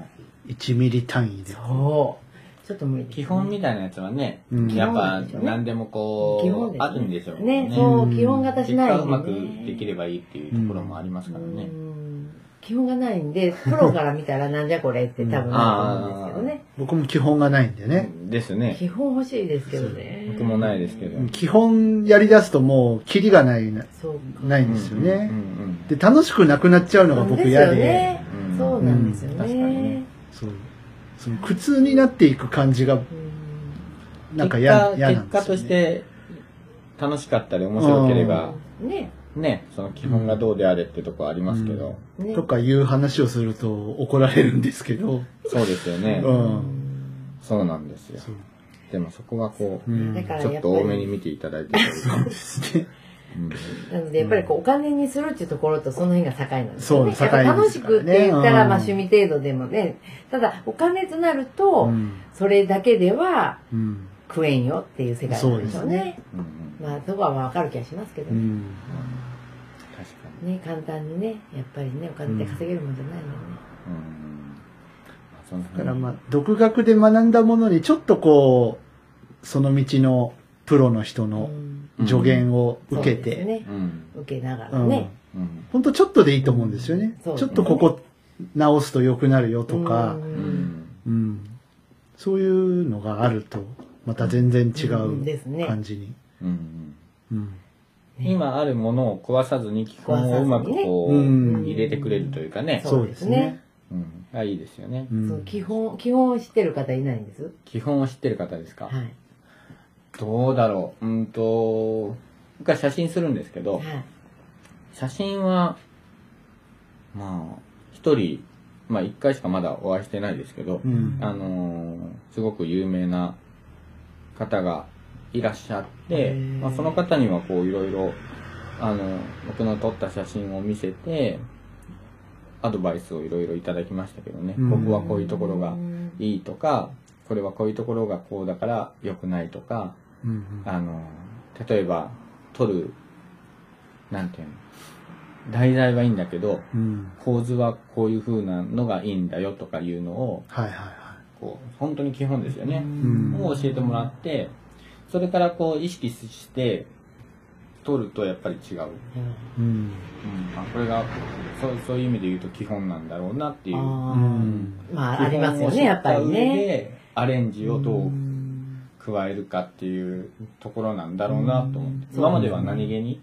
Speaker 1: い。1ミリ単位で。
Speaker 3: そう。ちょっと無理です、ね。
Speaker 2: 基本みたいなやつはね、
Speaker 1: うん
Speaker 2: やっぱ
Speaker 3: 基本ですよね
Speaker 2: 何でもこう、
Speaker 3: 基本ですね
Speaker 2: あるんでしょう
Speaker 3: ね
Speaker 1: う
Speaker 3: そ
Speaker 1: ん
Speaker 3: う、基本型
Speaker 2: 結
Speaker 3: しない
Speaker 2: 果
Speaker 3: ん
Speaker 2: う
Speaker 3: で、ね。
Speaker 2: まくできればいいっていうところもありますから
Speaker 3: う
Speaker 2: ね。
Speaker 3: ん基本がないんで、プロから見たらなんじゃこれって多分なると思うんですけどね。
Speaker 1: 僕も基本がないんでね。
Speaker 2: ですね。
Speaker 3: 基本欲しいですけどね。
Speaker 2: 僕もないですけど。
Speaker 1: 基本やり出すともう、キリがないな、
Speaker 3: そうか。
Speaker 1: ないん
Speaker 2: うん
Speaker 1: ですよね
Speaker 2: うん。うん
Speaker 1: で、楽しくなくなっちゃうのが僕嫌
Speaker 3: そうですよ
Speaker 1: で、
Speaker 3: ね
Speaker 2: うん
Speaker 3: そうなんですよ
Speaker 2: うん
Speaker 3: ね。
Speaker 2: 確かにね
Speaker 1: そう。その苦痛になっていく感じが、
Speaker 3: うん
Speaker 1: なんか嫌、
Speaker 2: 結
Speaker 1: 嫌
Speaker 2: 果
Speaker 1: なん
Speaker 2: 結
Speaker 1: ですよ、ね。
Speaker 2: 果として楽しかったり面白ければ、
Speaker 3: ね。
Speaker 2: ね、その基本がどうであれってとこありますけど、
Speaker 3: ね。
Speaker 1: とかいう話をすると怒られるんですけど、
Speaker 2: そうですよね、
Speaker 1: う。
Speaker 3: うんん
Speaker 2: そうなんですよ
Speaker 1: そう。
Speaker 2: でもそこはこう、
Speaker 1: うん
Speaker 3: だから
Speaker 2: ちょっと多めに見ていただいてそう
Speaker 1: ですね。
Speaker 3: なので、やっぱりこう、お金にするっていうところとその辺が境なんですよね。
Speaker 1: そう境ですからね
Speaker 3: やっぱ楽しくって言ったら、
Speaker 1: うん
Speaker 3: まあ趣味程度でもね、ただ、お金となると、
Speaker 1: うん。
Speaker 3: それだけでは
Speaker 1: うん。
Speaker 3: 食えんよっていう世界なんでしょ
Speaker 1: そううです
Speaker 3: ね。
Speaker 2: うんうん
Speaker 3: まあ、そこはわかる気がしますけど、
Speaker 1: うん。
Speaker 2: 確確かに。
Speaker 3: ね、簡単にね、やっぱりね、お金って稼げるもんじゃないのよね。
Speaker 2: うん。まあそんな
Speaker 1: だからまあ、独学で学んだものにちょっとこう、その道のプロの人
Speaker 3: う
Speaker 1: の
Speaker 3: ん
Speaker 1: 助言を受け
Speaker 3: そうです
Speaker 1: て、
Speaker 3: ね
Speaker 2: う。ん。
Speaker 3: 受けなが
Speaker 1: う
Speaker 3: ら
Speaker 1: ん
Speaker 3: ね。
Speaker 2: うん。
Speaker 1: ほんとちょっとでいいと思うんですよね。
Speaker 3: そう
Speaker 1: ちょっとここ直すと良くなるよとか、
Speaker 3: う
Speaker 2: うんん。
Speaker 1: うんそういうのがあると、また全然違
Speaker 3: ん
Speaker 1: う
Speaker 3: ですね。
Speaker 1: 感じに。
Speaker 2: うん。
Speaker 1: うん
Speaker 3: ね
Speaker 2: 今あるものを壊さずに、基本をうまくこ
Speaker 1: う
Speaker 2: う、
Speaker 1: ん
Speaker 2: 入れてくれるというかね。
Speaker 1: そうですね。
Speaker 2: うん。がいいですよね。
Speaker 1: うん
Speaker 3: そう基本、基本を知ってる方いないんです。
Speaker 2: 基本を知ってる方ですか
Speaker 3: はい。
Speaker 2: どうだろう。うんと、僕は写真するんですけど、
Speaker 3: はい。
Speaker 2: 写真は、まあ、一人、まあ一回しかまだお会いしてないですけど
Speaker 1: う、ん
Speaker 2: あのーすごく有名な方がいらっしゃって、
Speaker 3: へー
Speaker 2: まあ、その方にはこういろいろ、あの、僕の撮った写真を見せて、アドバイスをいろいろいただきましたけどね、
Speaker 1: うん
Speaker 2: 僕はこういうところが
Speaker 3: うん
Speaker 2: いいとか、これはこういうところがこうだから良くないとか、
Speaker 1: うん
Speaker 2: あの、例えば、撮る、なんていうの、題材はいいんだけど、
Speaker 1: うん
Speaker 2: 構図はこういう風なのがいいんだよとかいうのを、
Speaker 1: はいはいは
Speaker 2: こう、本当に基本ですよね。
Speaker 1: ん
Speaker 2: を教えてもらって、それからこう意識して、撮るとやっぱり違う。うん
Speaker 3: うん
Speaker 1: い。うん
Speaker 2: あこれがそう、そういう意味で言うと基本なんだろうなっていう。
Speaker 1: う
Speaker 3: あ
Speaker 1: ん
Speaker 3: ーまあ、ありますよね、やっぱり
Speaker 2: 基本を知た上
Speaker 3: ね。
Speaker 2: で。アレンジをど
Speaker 3: う
Speaker 2: うん加えるかっていうところなんだろうなと思って、
Speaker 3: うん
Speaker 2: 今までは何気に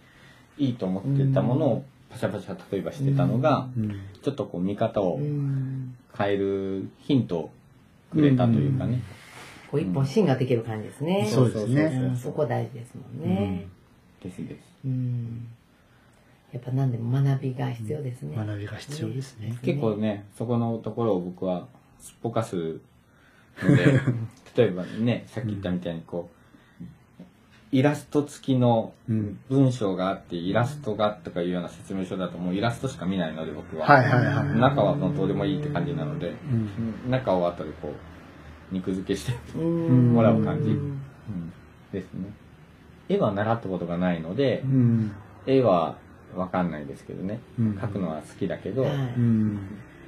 Speaker 2: いいと思ってたものをパシャパシャ例えばしてたのが、
Speaker 1: うん
Speaker 2: ちょっとこう見方を
Speaker 3: うん
Speaker 2: 変えるヒントをくれたというかね、
Speaker 3: こう一本芯ができる感じですね。
Speaker 1: そうですね
Speaker 3: うんそこ大事ですもんね。
Speaker 2: ですです
Speaker 3: うん。やっぱ何でも学びが必要ですね。
Speaker 1: 学びが必要ですね。
Speaker 2: 結構ねそこのところを僕はすっぽかすの で例えばねさっき言ったみたいにこうイラスト付きの
Speaker 1: うん
Speaker 2: 文章があってイラストがとかいうような説明書だともうイラストしか見ないので僕は、
Speaker 1: はいはいはい。
Speaker 2: 中はもうどうでもいいって感じなので
Speaker 1: うん
Speaker 2: 中を後でこう肉付けして、
Speaker 3: うん
Speaker 1: もら
Speaker 2: う感じですね絵は習ったことがないので、
Speaker 1: うん
Speaker 2: 絵はわかんないですけどね
Speaker 1: うん
Speaker 2: 描くのは好きだけど、
Speaker 1: う
Speaker 3: は
Speaker 1: ん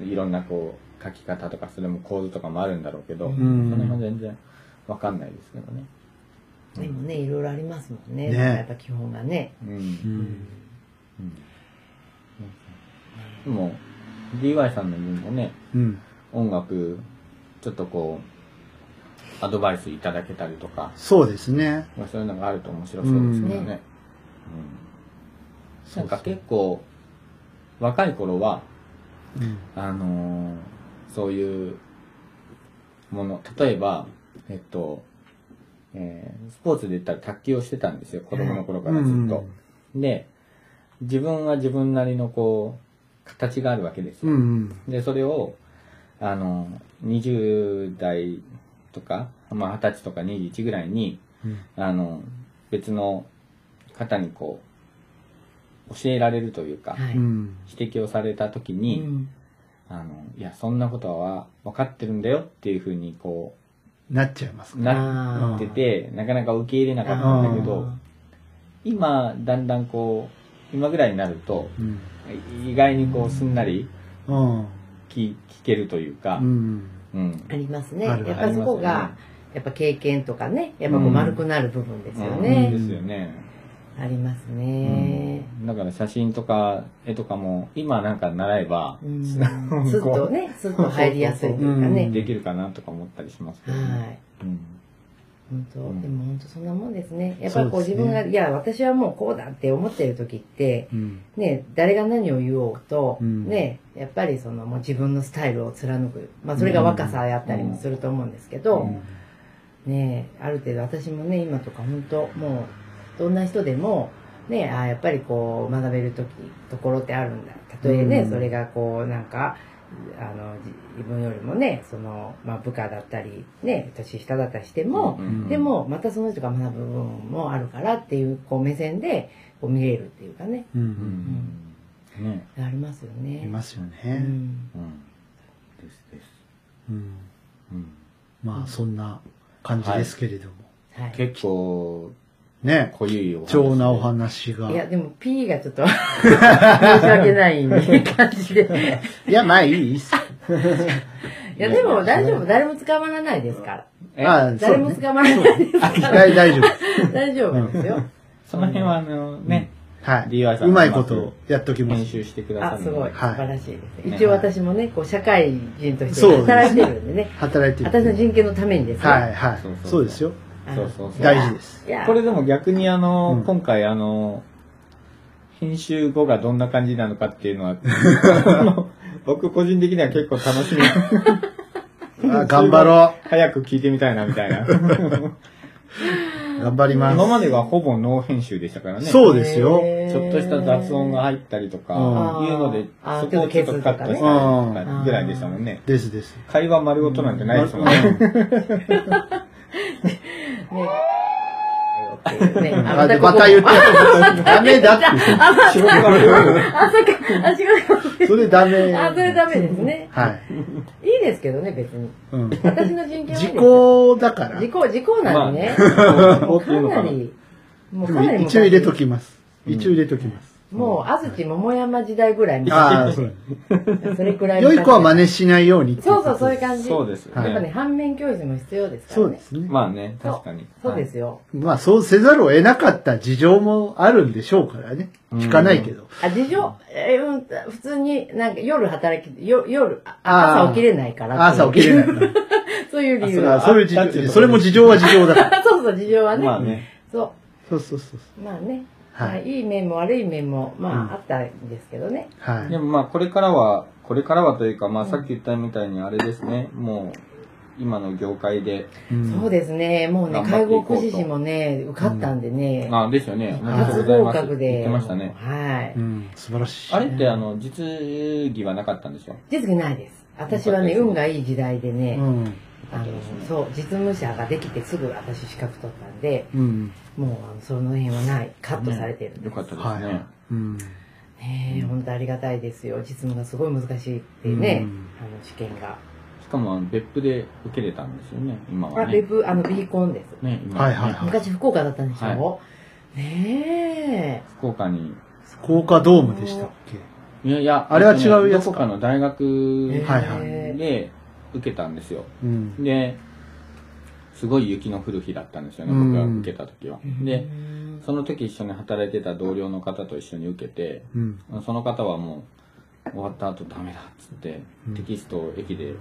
Speaker 2: いろんなこう描き方とかそれも構図とかもあるんだろうけど、
Speaker 3: う
Speaker 2: そ
Speaker 1: ん
Speaker 2: の辺は全然わかんないですけどね、
Speaker 3: い。でもね、いろいろありますもんね。
Speaker 1: ね
Speaker 3: やっぱ基本がね。
Speaker 2: うん
Speaker 1: うん
Speaker 2: うんでも DY さんの分もね
Speaker 1: うん
Speaker 2: 音楽ちょっとこうアドバイスいただけたりとか
Speaker 1: そうですね。
Speaker 2: まあ、そういうのがあると面白そうですけどね、
Speaker 3: うん
Speaker 2: うん
Speaker 1: そ
Speaker 2: な
Speaker 1: うんそ
Speaker 2: か
Speaker 1: う
Speaker 2: 結構若い頃は
Speaker 1: うん
Speaker 2: あのーそういうもの例えばえっと、えースポーツで言ったら卓球をしてたんですよ子供の頃からずっと、で自分は自分なりのこう形があるわけです
Speaker 1: う
Speaker 2: よ、
Speaker 1: ん
Speaker 2: でそれをあの20代とか、まあ、20歳とか21ぐらいに
Speaker 1: うん
Speaker 2: あの別の方にこう教えられるというか、
Speaker 3: は
Speaker 1: う
Speaker 3: い。
Speaker 1: ん
Speaker 2: 指摘をされた時に、
Speaker 3: うん
Speaker 2: あのいやそんなことは分かってるんだよっていうふうにこ
Speaker 1: なっちゃいます
Speaker 2: う
Speaker 1: ね。
Speaker 2: な
Speaker 3: あー
Speaker 2: っててなかなか受け入れなかったんだけど今だんだんこう今ぐらいになると
Speaker 1: うん
Speaker 2: 意外にこうすんなり
Speaker 1: うん
Speaker 2: 聞聞けるというか、
Speaker 1: うん
Speaker 2: うん
Speaker 3: ありますね。
Speaker 1: あ
Speaker 3: やっ
Speaker 1: る
Speaker 3: ぱりそこが、やっぱ経験とかね、やっぱこう丸くなる部分ですよね。
Speaker 2: うんですよね、
Speaker 3: あります
Speaker 2: う
Speaker 3: ね。
Speaker 2: ん、だから写真とか絵とかも今なんか習えば
Speaker 3: うん。すっとね、すっと入りやすいというか
Speaker 1: うん
Speaker 3: ね。
Speaker 2: できるかなとか思ったりしますけどね、
Speaker 3: はい。
Speaker 2: うん
Speaker 3: 本当、
Speaker 2: うん
Speaker 3: でも本当そんなもんですね。やっぱりこう
Speaker 1: そうですね
Speaker 3: 自分が、いや、私はもうこうだって思ってる時って、
Speaker 1: うん
Speaker 3: ね、誰が何を言おうと、
Speaker 1: うん
Speaker 3: ね、やっぱりそのもう自分のスタイルを貫く。まあそれが若さやったりもすると思うんですけど、
Speaker 2: うん
Speaker 3: ね、ある程度私もね、今とか本当もう、どんな人でも、ね、あーやっぱりこう学べる時ところってあるんだ。たとえね、
Speaker 1: うん
Speaker 3: それがこうなんか、あの、じ自分よりもね、その、まあ部下だったり、ね、年下だったりしても、
Speaker 2: うん
Speaker 3: でもまたその人が学ぶ部分もあるからっていうこう目線でこう見れるっていうかね
Speaker 1: う
Speaker 2: うんんね
Speaker 3: ありますよね。
Speaker 1: いますよ
Speaker 3: う
Speaker 1: ね。
Speaker 3: ん、
Speaker 2: うんですです、
Speaker 1: うん
Speaker 2: うん
Speaker 1: まあそんな感じですけれども。
Speaker 3: はい、
Speaker 2: 結構
Speaker 1: ね、
Speaker 2: 濃ゆいお話。
Speaker 1: 貴重なお話が。
Speaker 3: い
Speaker 1: いや、
Speaker 3: や、でも P がちょっと、 申し訳ない感じで。
Speaker 1: まあいいっす。
Speaker 3: いや、でも大丈夫。誰も捕まらないですから。
Speaker 2: え
Speaker 1: あそ
Speaker 3: 誰
Speaker 1: う
Speaker 3: も
Speaker 1: ね。
Speaker 3: 捕まらないです か
Speaker 1: 大大丈夫。
Speaker 3: ら。大丈夫ですよ。
Speaker 2: その辺は、あの、ね、
Speaker 1: はい。
Speaker 2: DY さん
Speaker 1: うまいことやっときま
Speaker 2: 編
Speaker 1: す。
Speaker 2: 集してくださ
Speaker 3: あ、
Speaker 2: る
Speaker 3: す
Speaker 2: の
Speaker 3: ご
Speaker 2: で
Speaker 3: い。素
Speaker 1: はい
Speaker 3: 晴らしいですね。
Speaker 2: ね
Speaker 3: 一応私もね、こう、社会人として
Speaker 1: そうです
Speaker 3: 働いてるんでね。
Speaker 1: 働いてる。
Speaker 3: 私の人権のためにですね。
Speaker 1: はいはい
Speaker 2: そうそう。そう
Speaker 1: そうですよ。
Speaker 3: あ
Speaker 2: そ
Speaker 3: の
Speaker 2: うそうそう。
Speaker 1: 大事です。
Speaker 3: いや、
Speaker 2: これでも逆にあの、
Speaker 1: うん
Speaker 2: 今回あの、編集後がどんな感じなのかってい うのは、僕個人的には結構楽しみ。
Speaker 1: あ頑張ろ
Speaker 2: 早く聞いてみたいなみた いな。
Speaker 1: う。頑張ります。
Speaker 2: 今まではほぼノー編集でしたからね。
Speaker 1: そうですよ。
Speaker 3: へー
Speaker 2: ちょっとした雑音が入ったりとか、
Speaker 1: うん
Speaker 2: いうので、
Speaker 3: あー
Speaker 2: そこをちょっとカットしたりとかぐらいでしたもんね。
Speaker 1: ですです。
Speaker 2: 会話丸ごとなんてないですもんね。
Speaker 3: ね。っていうね
Speaker 1: あ、で、また言っ。
Speaker 3: こ
Speaker 1: て。ダメだっ
Speaker 2: 仕事が
Speaker 3: こあ、そっか。あ、違う。
Speaker 1: て。それダメ。
Speaker 3: あ、それダメですね。
Speaker 1: はい。
Speaker 3: いいですけどね、別に。
Speaker 1: うん。
Speaker 3: 私の人権はいい
Speaker 1: 時
Speaker 3: ですよ。
Speaker 1: 効だから。
Speaker 3: 時効、時効なん でね。もう
Speaker 2: 多くいうの
Speaker 3: か
Speaker 2: かな。
Speaker 3: なり、もう
Speaker 1: で
Speaker 3: かなり
Speaker 1: も
Speaker 3: 昔
Speaker 1: 一応入れときます。
Speaker 2: うん
Speaker 1: 一応入れときます。
Speaker 3: もう、安土桃山時代ぐらいに、
Speaker 1: ああ、そう。
Speaker 3: それくらい。
Speaker 1: 良い子は真似しないようにってい
Speaker 3: そ
Speaker 1: こ
Speaker 3: うそ
Speaker 1: と
Speaker 3: う、そういう感じ。
Speaker 2: そうですよ
Speaker 1: は
Speaker 2: ね。
Speaker 1: い
Speaker 3: やっぱね、反面教室も必要ですからね。
Speaker 1: そうですね。
Speaker 2: まあね、確かに。
Speaker 3: そうですよ。
Speaker 1: まあ、そうせざるを得なかった事情もあるんでしょうからね。
Speaker 2: うん
Speaker 1: 聞かないけど。
Speaker 3: あ、事情、えーうん、普通に、なんか夜働き、よ夜、あ
Speaker 1: あー
Speaker 3: 朝起きれないから。
Speaker 1: 朝起きれないから。
Speaker 3: そういう理由
Speaker 1: あ
Speaker 3: は。
Speaker 1: そういう事情。それも事情は事情だ から。
Speaker 3: そうそう、事情はね。
Speaker 2: まあね。
Speaker 3: そ
Speaker 1: そうそうそうそう。
Speaker 3: う。まあね。
Speaker 1: は
Speaker 3: はいい、いい面も悪い面も、まあ、
Speaker 1: うん
Speaker 3: あったんですけどね。
Speaker 1: は
Speaker 2: で
Speaker 1: い。
Speaker 2: もまあこれからは、これからはというか、まあさっき言ったみたいにあれですね、もう今の業界で、
Speaker 1: うん
Speaker 3: そうですね。もうね、
Speaker 2: 頑張って
Speaker 3: 介
Speaker 2: いこうと
Speaker 3: 護福祉士もね、受かったんでね。
Speaker 2: ああ、ですよね。おめでとう
Speaker 3: 初
Speaker 2: ござい
Speaker 3: 合
Speaker 2: ます。
Speaker 3: 格で。
Speaker 2: 言ってましたね。
Speaker 3: はい。
Speaker 1: うん。素晴らしい。
Speaker 2: あれってあの、実技はなかったんでしょ
Speaker 3: 実技ないです。私は
Speaker 2: よ
Speaker 3: ね、
Speaker 2: かったですね
Speaker 3: 運がいい時代で
Speaker 1: う
Speaker 3: ね、
Speaker 1: ん。
Speaker 3: あの、そう、実務者ができてすぐ私資格取ったんで、
Speaker 1: うん。
Speaker 3: もうあのその辺はない、カットされてるんで
Speaker 2: よ
Speaker 3: す。
Speaker 2: かったです
Speaker 1: は
Speaker 2: ね。
Speaker 1: い。うん。
Speaker 3: ねえ、本当ありがたいですよ。実務がすごい難しいっていうね、あの試験が。
Speaker 2: しかもあの別府で受けれたんですよね、今
Speaker 3: あ、
Speaker 2: は
Speaker 3: レ
Speaker 2: ね。
Speaker 3: ブ、あの、ビーコンです。
Speaker 2: ね、今
Speaker 1: はいはい
Speaker 2: ね
Speaker 1: はい。
Speaker 3: 昔福岡だったんでしょ、ね
Speaker 2: 福岡に、
Speaker 1: 福岡ドームでしたっけ
Speaker 2: いやいや、
Speaker 1: あれは違うやつか
Speaker 2: どこかの大
Speaker 3: え。
Speaker 2: 学
Speaker 1: はいはい
Speaker 2: で受けたんですよ。
Speaker 1: うん。
Speaker 2: で、すごい雪の降る日だったんですよね、
Speaker 1: うん
Speaker 2: 僕が受けた時は。
Speaker 3: で
Speaker 2: で、、その時一緒に働いてた同僚の方と一緒に受けて、
Speaker 1: うん。
Speaker 2: その方はもう、終わった後ダメだっつって
Speaker 1: うん、
Speaker 2: テキストを駅で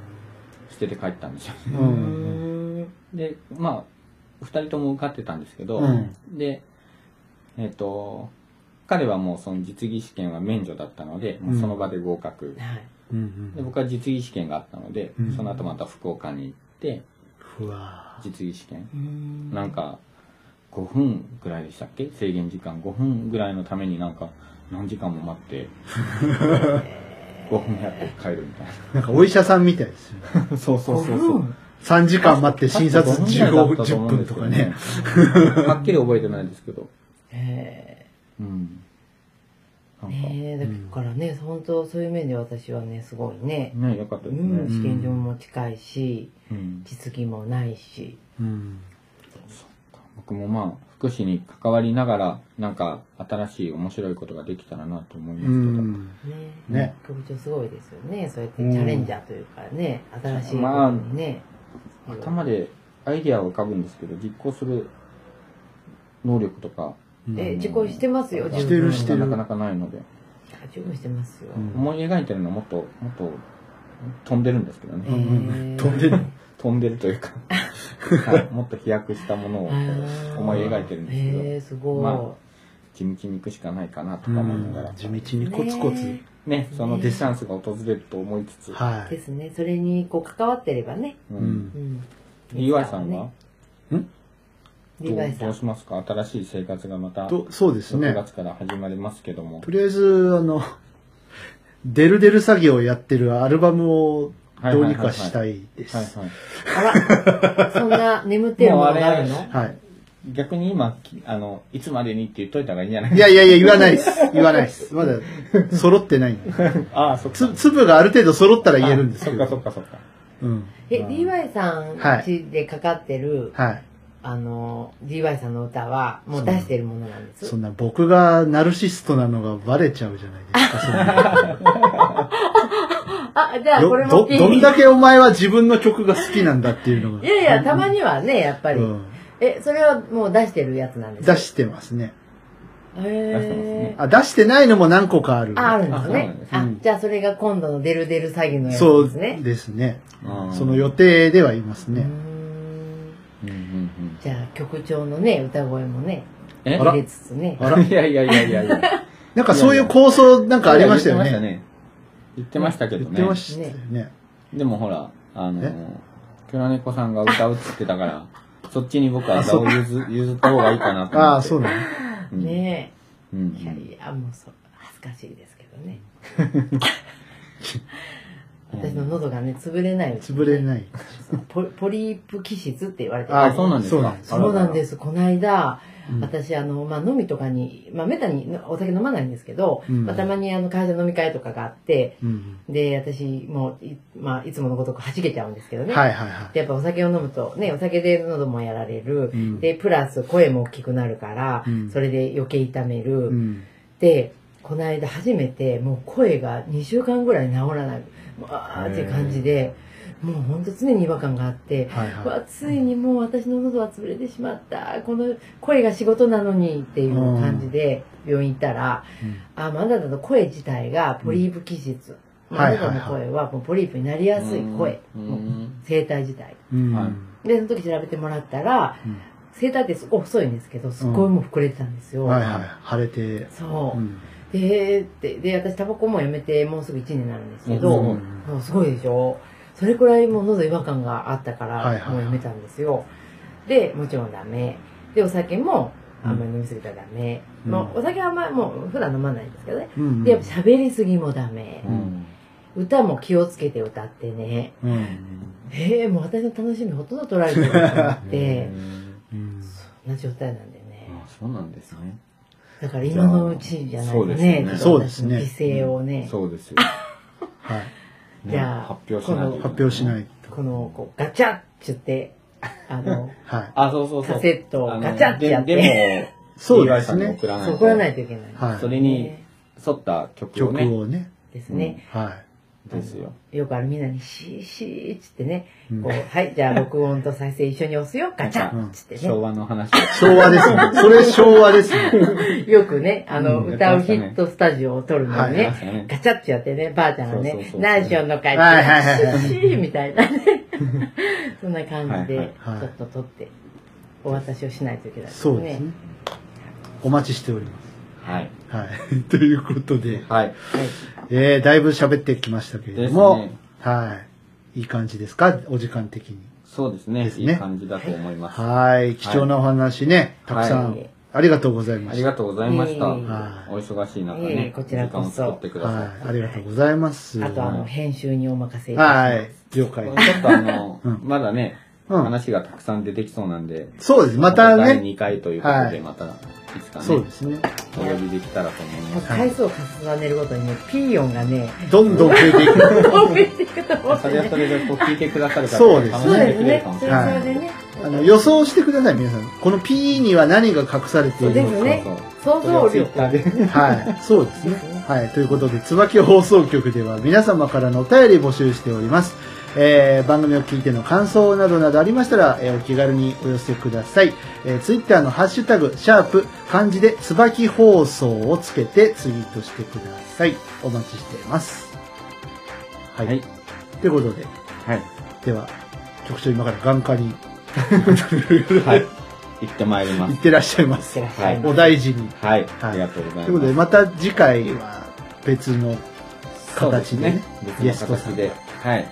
Speaker 2: 捨てて帰ったんですよ。
Speaker 3: う
Speaker 1: うん
Speaker 3: ん。
Speaker 2: で、まあ、二人とも受かってたんですけど、
Speaker 1: うん
Speaker 2: で、えっ、と、彼はもうその実技試験は免除だったので、もうその場で合格。
Speaker 3: はい。
Speaker 1: うん
Speaker 2: で、。僕は実技試験があったので、
Speaker 1: うん
Speaker 2: その後また福岡に行って、
Speaker 1: うわ
Speaker 2: 実技試験。
Speaker 3: うん
Speaker 2: なんか、5分ぐらいでしたっけ制限時間5分ぐらいのためになんか、何時間も待 って、5分やって帰るみたい
Speaker 1: なんかお医者さんみたいですよね。
Speaker 2: な。そうそうそう
Speaker 3: う
Speaker 2: そ
Speaker 3: ん
Speaker 2: う。
Speaker 1: 3時間待って診察
Speaker 2: 15
Speaker 1: 15分、10分とかね。。
Speaker 2: はっきり覚えてないですけど。
Speaker 3: え
Speaker 2: うん。なんか、ね
Speaker 3: ねえだからね、本当そういう面で私はねすごいね、
Speaker 2: よかった
Speaker 3: う
Speaker 2: です
Speaker 3: ん
Speaker 2: ね。
Speaker 3: 試験場も近いし
Speaker 2: うん。
Speaker 3: 実技もないし
Speaker 1: うん。
Speaker 2: 僕もまあ、福祉に関わりながら、なんか、新しい面白いことができたらなと思いうます
Speaker 1: ん。
Speaker 3: ね
Speaker 1: ね
Speaker 3: 局長すごいですよねそうやってチャレンジャーというかね、新しいことにね、
Speaker 2: けど、頭でアイディアを浮かぶんですけど、実行する能力とか、
Speaker 3: え受講してますよ
Speaker 1: してる
Speaker 3: 自
Speaker 1: し
Speaker 3: 分
Speaker 1: てる
Speaker 2: なかなかないので、
Speaker 3: あ受講してますよ、
Speaker 1: うん
Speaker 2: 思い描いてるのはもっと、もっと、飛んでるんですけど
Speaker 3: え
Speaker 2: ね。
Speaker 1: うん
Speaker 3: ー
Speaker 1: 飛んでる
Speaker 2: 飛んでるというか、はい もっと飛躍したものを
Speaker 3: あー
Speaker 2: 思い描いてるんですけど、
Speaker 3: えー、すごい、
Speaker 2: まあ地道に行くしかないかなと
Speaker 1: う
Speaker 2: か思いながら、
Speaker 1: ん地道にコツコツ
Speaker 3: ね。
Speaker 2: ね、その
Speaker 3: ね
Speaker 2: デスタンスが訪れると思いつつ、
Speaker 1: は
Speaker 3: で
Speaker 1: い。
Speaker 3: すねそれにこう関わってればね、
Speaker 2: う。
Speaker 1: うん。
Speaker 3: うんん、
Speaker 2: 岩井さんはど
Speaker 3: リ
Speaker 2: う
Speaker 3: バイさ
Speaker 2: ど
Speaker 3: ん
Speaker 2: うしますか新しい生活がまた、
Speaker 1: と、そうです
Speaker 2: 6
Speaker 1: ね。
Speaker 2: 月から始まりますけども
Speaker 1: と。りあえず、あの、デルデル作業をやってるアルバムをどうにかしたいです。
Speaker 2: はい
Speaker 1: は
Speaker 2: はい。
Speaker 3: あら、そんな眠ってるものがある
Speaker 2: もう
Speaker 3: の
Speaker 1: い。
Speaker 2: 逆に今、きあの、いつまでにって言っといた方がいいんじゃない
Speaker 1: いやいやいや、言わないです。言わないです。まだ、揃ってないんで。
Speaker 2: ああ、そっか。
Speaker 1: つ、粒がある程度揃ったら言えるんです
Speaker 2: そ
Speaker 1: け
Speaker 2: っ
Speaker 1: ど。
Speaker 2: かそっかそっか。
Speaker 1: うん。
Speaker 3: え、DY さん
Speaker 1: はい
Speaker 3: ちでかかってる
Speaker 1: はい。
Speaker 3: あの、DY さんの歌は、もう出してるものなんです。
Speaker 1: そんな僕がナルシストなのがバレちゃうじゃないですか、そんな
Speaker 3: あ、じゃあこれ
Speaker 1: ど
Speaker 3: も
Speaker 1: ど
Speaker 3: ピ
Speaker 1: どん
Speaker 3: ン。
Speaker 1: だけお前は自分の曲が好きなんだっていうのが。
Speaker 3: いやいや、たまにはね、やっぱり。
Speaker 1: うん
Speaker 3: え、それはもう出してるやつなんですか
Speaker 1: 出してますね。
Speaker 3: へ
Speaker 2: 出してますね
Speaker 3: ー。
Speaker 1: あ、出してないのも何個かある。
Speaker 3: あ、あるんですね。
Speaker 1: あそうな
Speaker 3: あ
Speaker 1: んですうん、
Speaker 3: じゃあそれが今度のデルデル詐欺のやつ
Speaker 1: そ
Speaker 3: で
Speaker 1: う
Speaker 3: すね。
Speaker 1: ですね。
Speaker 2: うん
Speaker 1: その予定ではいます
Speaker 3: うー
Speaker 1: ね。
Speaker 3: ん
Speaker 2: うんうんうん
Speaker 3: じゃあ曲調のね、歌声もね、
Speaker 2: え
Speaker 1: あら
Speaker 3: 入れつつね。
Speaker 1: あら
Speaker 2: いやいやいやいやいや。
Speaker 1: なんかそういう構想なんかありましたよね。
Speaker 2: 言ってましたけ
Speaker 1: 言っ
Speaker 2: ど
Speaker 1: てま
Speaker 2: ね。
Speaker 1: したよね。
Speaker 2: でもほら、あの
Speaker 1: え、
Speaker 2: 黒猫さんが歌うって言ってたから、そっちに僕は座を譲譲った方がいいかなと思って。
Speaker 1: ああ、そうだね。
Speaker 2: うん
Speaker 3: ね
Speaker 2: うんう
Speaker 3: え。いや
Speaker 2: ん。
Speaker 3: いや、もうそう、恥ずかしいですけどね。
Speaker 2: うん
Speaker 3: 私の喉がね、潰れない。
Speaker 1: 潰れない。
Speaker 3: そうポポリープ気質って言われてる
Speaker 2: あそうなんですか
Speaker 1: そうなんです
Speaker 2: あら
Speaker 3: そうなんです。この間、
Speaker 1: うん
Speaker 3: 私、あの、まあ、飲みとかに、まあ、めったにお酒飲まないんですけど、
Speaker 1: うん
Speaker 3: まあ、たまにあの、会社飲み会とかがあって、
Speaker 1: うん
Speaker 3: で、私、もう、いまあ、いつものごとく弾けちゃうんですけど
Speaker 1: はい
Speaker 3: ね。
Speaker 1: はいはい。
Speaker 3: で、やっぱお酒を飲むと、ね、お酒で喉もやられる。
Speaker 1: うん
Speaker 3: で、プラス声も大きくなるから、
Speaker 1: うん
Speaker 3: それで余計痛める。
Speaker 1: うん
Speaker 3: で、この間初めて、もう声が2週間ぐらい治らない。もうあーっていう感じで、もうほんと常に違和感があって、
Speaker 1: はいは
Speaker 3: うわついにもう私の喉は潰れてしまったこの声が仕事なのにっていう感じで病院行ったら、
Speaker 1: い。うん
Speaker 3: あまああなたの声自体がポリープ気質、
Speaker 1: うん
Speaker 3: まああなた
Speaker 1: はいは
Speaker 3: の
Speaker 1: いは
Speaker 3: 声はもうポリープになりやすい声、
Speaker 2: うん
Speaker 3: もう声帯自体
Speaker 1: うん
Speaker 2: はい
Speaker 3: でその時調べてもらったら
Speaker 1: うん
Speaker 3: 声帯ってすごい細いんですけどすっごいもう膨れてたんですよ、
Speaker 1: はいはい。腫れて。
Speaker 3: そうう、
Speaker 1: ん
Speaker 3: ででで私タバコもやめてもうすぐ1年になるんですけど、
Speaker 2: うん
Speaker 3: もうすごいでしょそれくらいもう喉違和感があったか
Speaker 1: はいはいは
Speaker 3: ら
Speaker 1: い
Speaker 3: もうやめたんですよ、でもちろんダメでお酒もあんまり飲みすぎたらダメ、
Speaker 1: うん
Speaker 3: まあ、お酒はあんまりもう普段飲まないんですけどね、
Speaker 1: うん
Speaker 3: でやっぱ喋りすぎもダメ
Speaker 2: う、ん
Speaker 3: 歌も気をつけて歌ってね
Speaker 1: うん
Speaker 3: えー、もう私の楽しみほとんど取られてると思って
Speaker 2: うん
Speaker 1: うん
Speaker 3: そんな状態なんでね
Speaker 2: あそうなんですね。
Speaker 3: だから今のうちじゃないとね
Speaker 2: じゃあ
Speaker 1: そうですね
Speaker 3: ちょっと私の犠牲をね、
Speaker 2: そうですよ。
Speaker 1: はい。
Speaker 3: じゃあ
Speaker 2: 発表しないと。
Speaker 1: 発表しないと。
Speaker 3: このこうガチャッちゅってあの
Speaker 1: はい。
Speaker 2: あ、そうそうそう。
Speaker 3: カセットをガチャってやって
Speaker 2: あのででも、
Speaker 1: そう
Speaker 2: DY
Speaker 1: で
Speaker 2: さ
Speaker 1: す
Speaker 2: んに
Speaker 1: ね。
Speaker 2: 送らないと。
Speaker 3: そう怒らないといけない、
Speaker 1: はい。
Speaker 2: それに
Speaker 3: ね
Speaker 2: 沿った曲を
Speaker 1: 曲
Speaker 2: ね。
Speaker 1: をね。
Speaker 3: ですね、
Speaker 1: は
Speaker 2: ですよ。
Speaker 3: よくあるみんなにシーシーっつってね、
Speaker 1: い。うん
Speaker 3: こう、はい、じゃあ録音と再生一緒に押すよ、ガチャンっつって
Speaker 2: 昭
Speaker 3: ね、
Speaker 2: 和の話。
Speaker 1: 昭和です ね。それ昭和ですね。
Speaker 3: よくね、あの、
Speaker 2: うん
Speaker 3: 歌うヒットスタジオを撮るのに
Speaker 1: や
Speaker 3: ね、
Speaker 1: っ
Speaker 2: ね。
Speaker 3: ガチャってやってね、ばあちゃんが
Speaker 2: そうそう
Speaker 3: ね
Speaker 2: そ、う
Speaker 3: 何しよんのかいって、
Speaker 1: はいはいはいはい
Speaker 3: シーシーみたいなね、そんな感じ
Speaker 2: はい
Speaker 3: で、ち
Speaker 1: はいはい
Speaker 3: ょっと撮って、お渡しをしないといけないです
Speaker 1: そうです
Speaker 3: ね
Speaker 1: ね。。お待ちしております。
Speaker 2: はい。
Speaker 1: はい。 ということで、
Speaker 2: はい。
Speaker 1: えー、だいぶ喋ってきましたけれ
Speaker 2: で
Speaker 1: ど
Speaker 2: す
Speaker 1: も、
Speaker 2: ね。
Speaker 1: はい。いい感じですかお時間的に。
Speaker 2: そうですね。
Speaker 1: す
Speaker 2: い
Speaker 1: ね
Speaker 2: い感じだと思います。あ
Speaker 1: はい。貴重なお話ね、たくさん、
Speaker 3: はい
Speaker 1: ありがとうございまし
Speaker 2: り
Speaker 1: た。
Speaker 2: がとうございました。お
Speaker 3: いえいえ
Speaker 2: 忙しい中
Speaker 3: いえいえ
Speaker 2: ね。
Speaker 3: こちらこそ
Speaker 2: 時間を作ってくださ
Speaker 1: はい。ありがとうございます。
Speaker 3: あと、あの、編集にお任せいたします。
Speaker 1: はい。了解。
Speaker 2: い。ちょっとあの
Speaker 1: うん、
Speaker 2: まだね、
Speaker 1: うん
Speaker 2: 話がたくさん出てきそうなんで、
Speaker 1: そうです。また
Speaker 2: 第
Speaker 1: ね、
Speaker 2: 2回ということ
Speaker 1: は
Speaker 2: で、
Speaker 1: い
Speaker 2: また、いつかね、
Speaker 1: そうですね。
Speaker 2: お呼びできたらと思います。
Speaker 3: 回数を重ねるごとにね、ピーヨンがね、
Speaker 1: どんどん増えていく。
Speaker 3: 飛びていくと思うん
Speaker 2: そ
Speaker 3: で
Speaker 2: れ
Speaker 3: ね
Speaker 2: はそれでこう聞いてくださる方
Speaker 1: そうです
Speaker 2: 楽
Speaker 3: そう
Speaker 2: しんで
Speaker 3: で
Speaker 2: くれるかも。し
Speaker 3: すねそ
Speaker 2: れな
Speaker 3: れ
Speaker 2: い。
Speaker 3: はそれでね。
Speaker 1: あの予想してください、皆さん。この P には何が隠されて
Speaker 3: そ
Speaker 1: いうる
Speaker 3: で
Speaker 1: のか。
Speaker 3: すね。想
Speaker 2: それを
Speaker 3: 像
Speaker 2: ツイッ
Speaker 3: 力。
Speaker 2: ターで。
Speaker 1: はい、そうですね。はい、ということで、椿放送局では皆様からのお便り募集しております。えー番組を聞いての感想などなどありましたら、えーお気軽にお寄せください。えツイッター Twitter のハッシュタグ、シャープ、漢字で椿放送をつけてツイートしてください。お待ちしています。はい。
Speaker 2: はい
Speaker 1: ということで、
Speaker 2: はい。
Speaker 1: では、局長今から眼科に
Speaker 2: はい。行ってまいりま
Speaker 1: 行っ
Speaker 2: す。
Speaker 1: てらっしゃいま
Speaker 3: し
Speaker 1: す
Speaker 3: て。らっしゃいま
Speaker 1: お大事に。
Speaker 2: はい。ありがとうございます。
Speaker 1: ということで、また次回は別の、形でね
Speaker 2: そう
Speaker 1: ゲ
Speaker 2: で
Speaker 1: ス
Speaker 2: すね。別
Speaker 1: ト
Speaker 2: の
Speaker 1: さん
Speaker 2: 形で。はい。
Speaker 1: はい。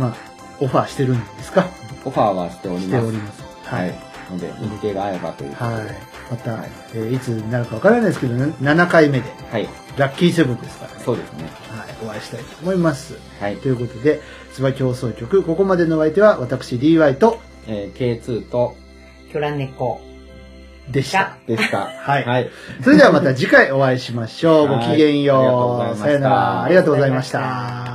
Speaker 1: まあ、オファーしてるんですか
Speaker 2: オファーはしており
Speaker 1: して
Speaker 2: ま
Speaker 1: おり
Speaker 2: す。
Speaker 1: ます。
Speaker 2: は
Speaker 1: はいい。。
Speaker 2: ので、日程が合えばということで。
Speaker 1: はい。また、
Speaker 2: はい
Speaker 1: えーいつになるかわからないですけど、な7回目で、
Speaker 2: はい。
Speaker 1: ラッキーセブンですからね。
Speaker 2: そうですね。
Speaker 1: はい。お会いしたいと思います。
Speaker 2: はい
Speaker 1: と。いうことで、椿放送局、ここまでのお相手は、私 DY と、
Speaker 2: えー、K2 と、
Speaker 3: す。キョラ猫。
Speaker 1: でした。
Speaker 2: でした。
Speaker 1: はい
Speaker 2: はい。
Speaker 1: それではまた次回お会いしましょう。ごきげん
Speaker 2: はいありがとうござい
Speaker 1: よ
Speaker 2: まし
Speaker 1: う。
Speaker 2: た
Speaker 1: さよなら。ありがとうございまし
Speaker 3: ありがとうございま
Speaker 1: た。